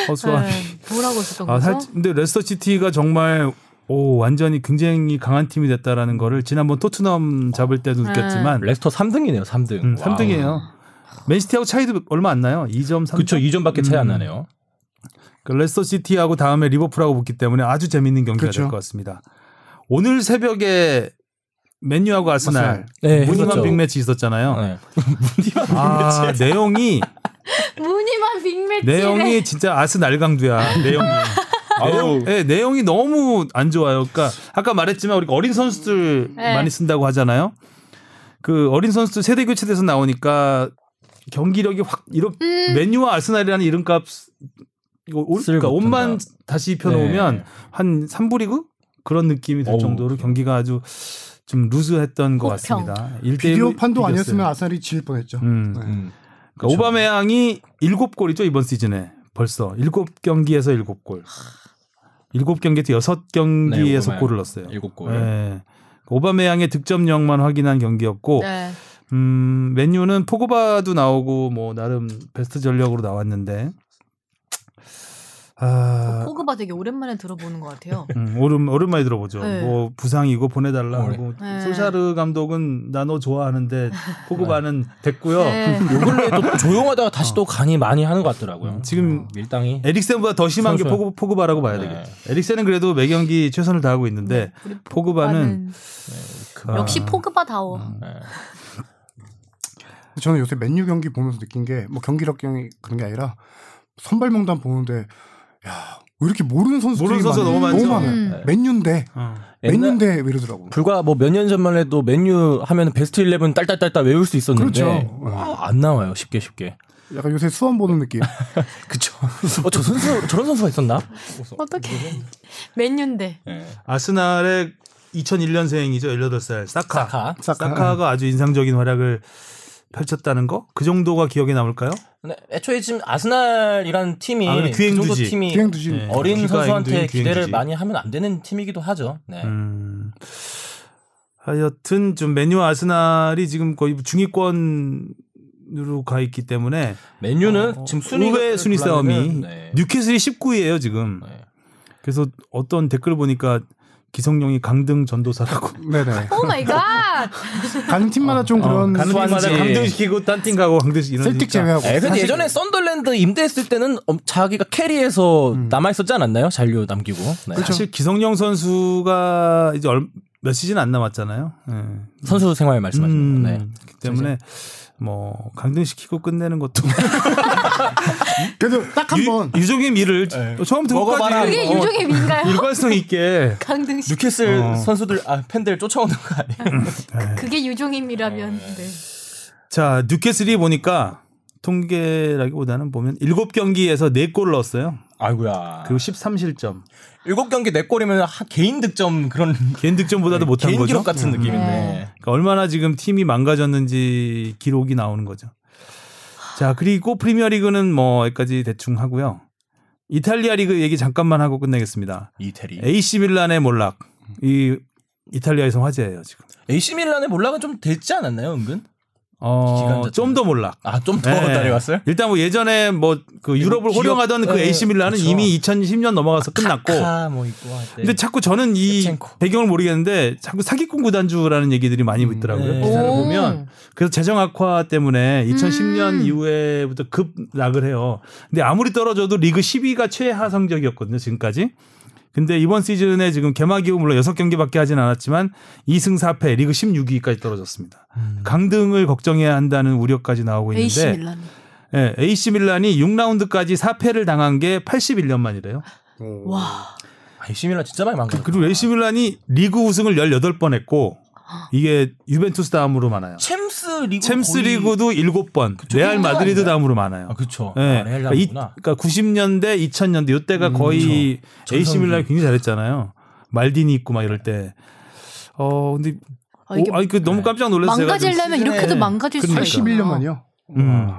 허수아비.
네, 뭘 하고 있었던
아,
거죠?
살, 근데 레스터 시티가 정말 오 완전히 굉장히 강한 팀이 됐다라는 거를 지난번 토트넘 잡을 때도
네.
느꼈지만
레스터 3등이네요. 3등.
음, 3등이에요. 맨시티하고 차이도 얼마 안 나요. 2점 3점.
그쵸 2점밖에
음.
차이 안 나네요.
그 레스터 시티하고 다음에 리버풀하고 붙기 때문에 아주 재밌는 경기가
그렇죠.
될 것 같습니다. 오늘 새벽에 맨유하고 아스날
아스날.
네,
무늬만
했었죠.
빅매치 있었잖아요.
네.
아 내용이
무늬만 빅매치.
내용이 진짜 아스날 강두야. 내용이. 내용, 네, 내용이 너무 안 좋아요. 그러니까 아까 말했지만 우리가 어린 선수들
네.
많이 쓴다고 하잖아요. 그 어린 선수들 세대 교체돼서 나오니까 경기력이 확 이렇게
음.
맨유와 아스날이라는 이름값 이거 올,
쓸
그러니까 옷만 다시 입혀놓으면
네.
한 3부 리그 그런 느낌이 들
어우.
정도로 경기가 아주 좀 루즈했던 것
혹평.
같습니다. 1대1
비디오 판도 아니었으면 아스날이 질 뻔했죠.
음.
네.
음.
그러니까 오바메양이 7골이죠 이번 시즌에 벌써 7경기에서 7골 7경기에서 6경기에서
네, 오바메양.
골을 넣었어요
일곱 골.
예. 오바메양의 득점력만 확인한 경기였고
네.
음, 맨유는 포고바도 나오고 뭐 나름 베스트 전력으로 나왔는데 아,
포그바 되게 오랜만에 들어보는 것 같아요.
음, 오랜, 오랜만에 들어보죠.
네.
뭐 부상이고 보내달라 하고
네.
솔샤르 감독은 나 너 좋아하는데 포고바는 됐고요.
네.
요근래 또 조용하다가 다시 또 간이 많이 하는 것 같더라고요.
어. 음, 지금
밀당이
에릭센보다 더 심한 게
선수야.
포그, 포그바라고 봐야
네.
되겠죠. 에릭센은 그래도 매 경기 최선을 다하고 있는데
우리
네. 포그바는
포그바는
아, 음.
역시 포그바다워.
네.
저는 요새 맨유 경기 보면서 느낀 게 뭐 경기력 경이 그런 게 아니라 선발 명단 보는데 야왜 이렇게 모르는 선수들이
모르는 선수가 너무 많죠.
많아요.
음.
네.
맨유인데
어.
옛날-
맨유인데 왜 이러더라고.
불과 뭐 몇 년 전만 해도 맨유 하면 베스트 11 딸딸딸딸 외울 수 있었는데
그렇죠.
와, 안 나와요 쉽게 쉽게.
약간 요새 수원 보는 느낌.
그쵸. 어저 선수 저런 선수가 있었나?
어떻게? 맨유인데.
네.
아스날의 2001년생이죠. 18살 사카.
사카.
사카. 가 아주 인상적인 활약을 펼쳤다는 거? 그 정도가 기억에 남을까요?
근데 애초에 지금 아스날이라는 팀이
아, 근데
그 정도
기행두지.
팀이
기행두지.
네.
어린
기가
선수한테
인도인
기대를
기행주지.
많이 하면 안 되는 팀이기도 하죠. 네.
음. 하여튼 좀 맨유 아스날이 지금 거의 중위권으로 가 있기 때문에
맨유는
어,
지금 순위
의외의 순위 싸움이
네.
뉴캐슬이 19위예요 지금.
네.
그래서 어떤 댓글 을 보니까 기성용이 강등 전도사라고
네네.
오 마이 갓.
가는 팀마다 좀 그런
어, 가는 팀마다
스완지.
강등시키고 딴 팀 가고 강등시키고 이런
셀틱
거니까.
제외하고.
예, 근데 예전에 썬덜랜드 임대했을 때는 엄- 자기가
음. 그렇죠.
캐리에서 남아 있었지 않았나요? 잔류 남기고. 네.
사실 기성용 선수가 이제 얼- 몇 시즌 안 남았잖아요. 예.
선수 생활 말씀하시는
음,
거네.
그렇기 때문에 뭐 강등시키고 끝내는 것도
그래도 딱 한 번
유, 유종의 미를
네.
처음
먹어봐라.
등까지
그게
어.
유종의 미인가요?
일관성 있게
강등 씨.
뉴캐슬
어.
선수들 아 팬들 쫓아오는 거 아니에요?
네.
그게 유종의 미라면. 네.
자, 뉴캐슬이 보니까 통계라기보다는 보면 7경기에서 4골 넣었어요.
아이고야.
그리고 13실점.
일곱 경기 네 골이면 하- 개인 득점 그런 네,
개인 득점보다도 못한
개인
거죠.
기록 같은
음.
네.
느낌인데.
그러니까 얼마나 지금 팀이 망가졌는지 기록이 나오는 거죠. 자, 그리고 프리미어리그는 뭐 여기까지 대충 하고요. 이탈리아 리그 얘기 잠깐만 하고 끝내겠습니다.
이태리.
AC 밀란의 몰락. 이 이탈리아에서 화제예요, 지금.
AC 밀란의 몰락은 좀 됐지 않았나요, 은근? 기간
어,
자체가.
좀 더 몰락.
아 좀 더
네.
다녀왔어요? 네,
일단 뭐 예전에 뭐 그 유럽을
기업-
호령하던 그
네,
AC 밀란은
그렇죠.
이미 2010년 넘어가서 끝났고
카뭐 있고 할
네.
때.
근데 자꾸 저는 이
셰프첸코.
배경을 모르겠는데 자꾸 사기꾼 구단주라는 얘기들이 많이 있더라고요.
네.
기사를
오.
보면 그래서 재정 악화 때문에 2010년
음.
이후에부터 급락을 해요. 근데 아무리 떨어져도 리그 10위가 최하 성적이었거든요, 지금까지. 근데 이번 시즌에 지금 개막 이후 물론 6경기밖에 하진 않았지만 2승 4패 리그 16위까지 떨어졌습니다. 강등을 걱정해야 한다는 우려까지 나오고 있는데
AC 밀란.
예, AC 밀란이 6라운드까지 4패를 당한 게 81년 만이래요.
와.
AC 밀란 진짜 많이 망가졌.
그리고 AC 밀란이 리그 우승을 18번 했고 이게 유벤투스 다음으로 많아요.
챔스 리그
챔스
거의-
리그도 7번, 레알
정도가
마드리드
아닌가요?
다음으로 많아요.
아 그렇죠.
예.
아, 레알
그러니까, 이-
나구나. 음,
그러니까 90년대, 2000년대 이때가 거의
그쵸.
AC 밀란이
전성기.
굉장히 잘했잖아요. 말디니 있고 막 이럴 때. 어 근데
아, 이게
오, 아니, 그
네.
너무 깜짝 놀랐어요. 제가 좀
망가지려면
시즌에
이렇게도 망가질
그러니까.
수가 있구나.
81년만요.
음.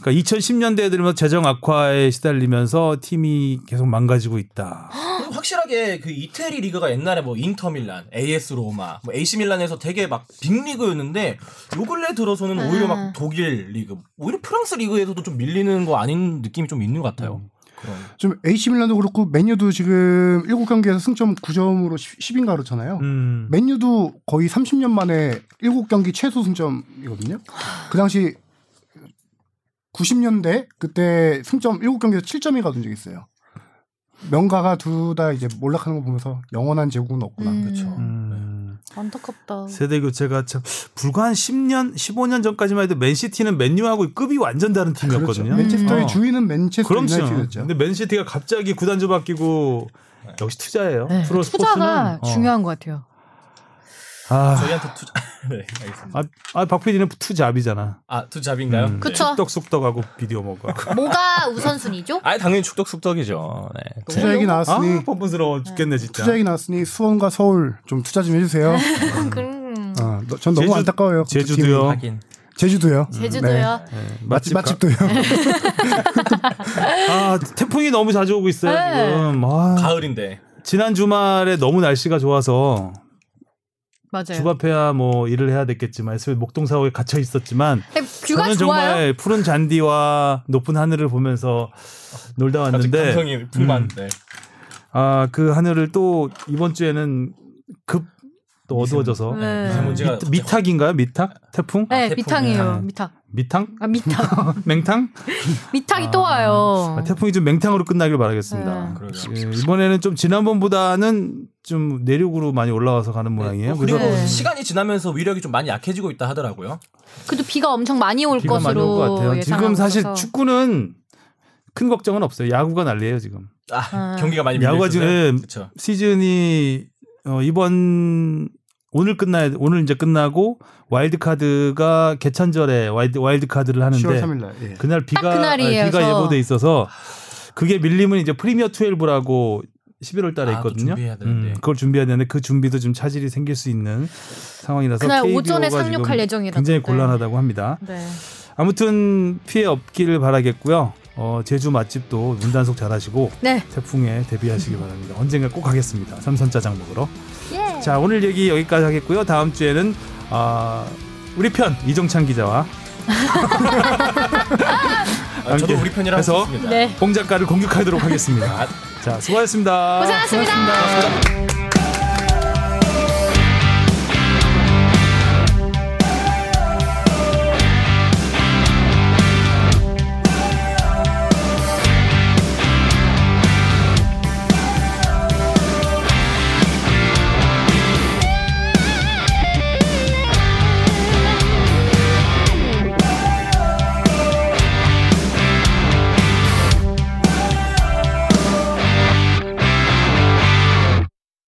그러니까 2010년대에 들면 재정 악화에 시달리면서 팀이 계속 망가지고 있다.
확실하게 그 이태리 리그가 옛날에 뭐 인터 밀란, AS 로마, 뭐 AC 밀란에서 되게 막 빅리그였는데 요 근래 들어서는
아.
오히려 막 독일 리그, 오히려 프랑스 리그에서도 좀 밀리는 거 아닌 느낌이 좀 있는 것 같아요.
음.
그런.
좀 AC 밀란도 그렇고 맨유도 지금 7경기에서 승점 9점으로 10인가 그렇잖아요.
음.
맨유도 거의 30년 만에 7경기 최소 승점이거든요. 그 당시 90년대 그때 승점 7경기에서 7점이가 든 적이 있어요. 명가가 둘 다 이제 몰락하는 거 보면서 영원한 제국은 없구나.
음.
음.
안타깝다.
세대 교체가 참 불과 한 10년, 15년 전까지만 해도 맨시티는 맨유하고 급이 완전 다른 팀이었거든요.
그렇죠. 맨체스터의
어.
주인은 아, 맨체스터
그럼요.
유나이티드였죠.
근데 맨시티가 갑자기 구단주 바뀌고 역시 투자예요.
네,
프로
투자가
스포츠는 어.
중요한 것 같아요.
아,
저희한테 투자. 네, 알겠습니다.
아, 아, 박 PD는 투잡이잖아.
아, 투잡인가요?
음.
그쵸.
쑥떡 쑥떡하고 비디오 먹어.
아,
뭐가 우선순위죠?
음,
아, 당연히 축덕숙덕이죠. 네.
투자 얘기
아,
나왔으니
뻔뻔스러워 죽겠네 진짜.
투자 얘기 나왔으니 수원과 서울 좀 투자 좀 해주세요.
그럼
아, 너- 전 너무
제주-
안타까워요. 그
제주도요.
팀이.
하긴.
제주도요.
네.
네.
제주도요.
맛집
맛집
가-
맛집도요.
아, 태풍이 너무 자주 오고 있어요
네.
지금. 아,
가을인데.
지난 주말에 너무 날씨가 좋아서
맞아요.
주바페야 뭐 일을 해야 됐겠지만 s 목동 사옥에 갇혀 있었지만
근데 뷰가
저는
좋아요.
정말 푸른 잔디와 높은 하늘을 보면서 놀다
갑자기
왔는데
감성이 풍만.
음.
네.
아 그 하늘을 또 이번 주에는 급 또 어두워져서
네.
미세먼지가
미-
갑자기
미탁인가요? 미탁? 태풍?
네,
태풍이.
미탕이에요.
아.
미탕.
미탕?
아, 미탕.
맹탕?
미탕이 또 와요.
아, 태풍이 좀 맹탕으로 끝나길 바라겠습니다.
네.
그러게요.
예, 이번에는 좀 지난번보다는 좀 내륙으로 많이 올라와서 가는 모양이에요.
어, 그리고
그래서
네.
시간이 지나면서 위력이 좀 많이 약해지고 있다 하더라고요.
그래도 비가 엄청 많이 올
비가 많이 올 것
것으로
같아요. 지금
예상하고
사실
있어서.
축구는 큰 걱정은 없어요. 야구가 난리예요 지금.
아,
아.
경기가 많이 밀려
네. 야구가
있어서요.
지금
그쵸.
시즌이 어, 이번 오늘 끝나야 오늘 이제 끝나고 와일드 카드가 개천절에 와일드, 와일드 카드를
10월
하는데
3일날. 예.
그날 비가
그날이에요,
아, 비가
그래서.
예보돼 있어서 그게 밀리면 이제 프리미어 12라고 11월 달에
아, 또
있거든요.
준비해야 되는데.
그걸 준비해야 되는데 그 준비도 좀 차질이 생길 수 있는 상황이라서
그날
KBO 가
오전에
지금
상륙할 예정이라던데.
굉장히 곤란하다고 합니다.
네.
아무튼 피해 없기를 바라겠고요. 어, 제주 맛집도 문단속 잘하시고
네.
태풍에 대비하시기 바랍니다. 언젠가 꼭 가겠습니다. 삼선짜장 먹으러.
예.
자 오늘 얘기 여기까지 하겠고요. 다음 주에는 아, 우리 편 이정찬 기자와
아, 저도 우리 편이라 할수
해서
있습니다.
네.
봉 작가를 공격하도록 하겠습니다. 자 수고하셨습니다.
고생하셨습니다.
수고하셨습니다.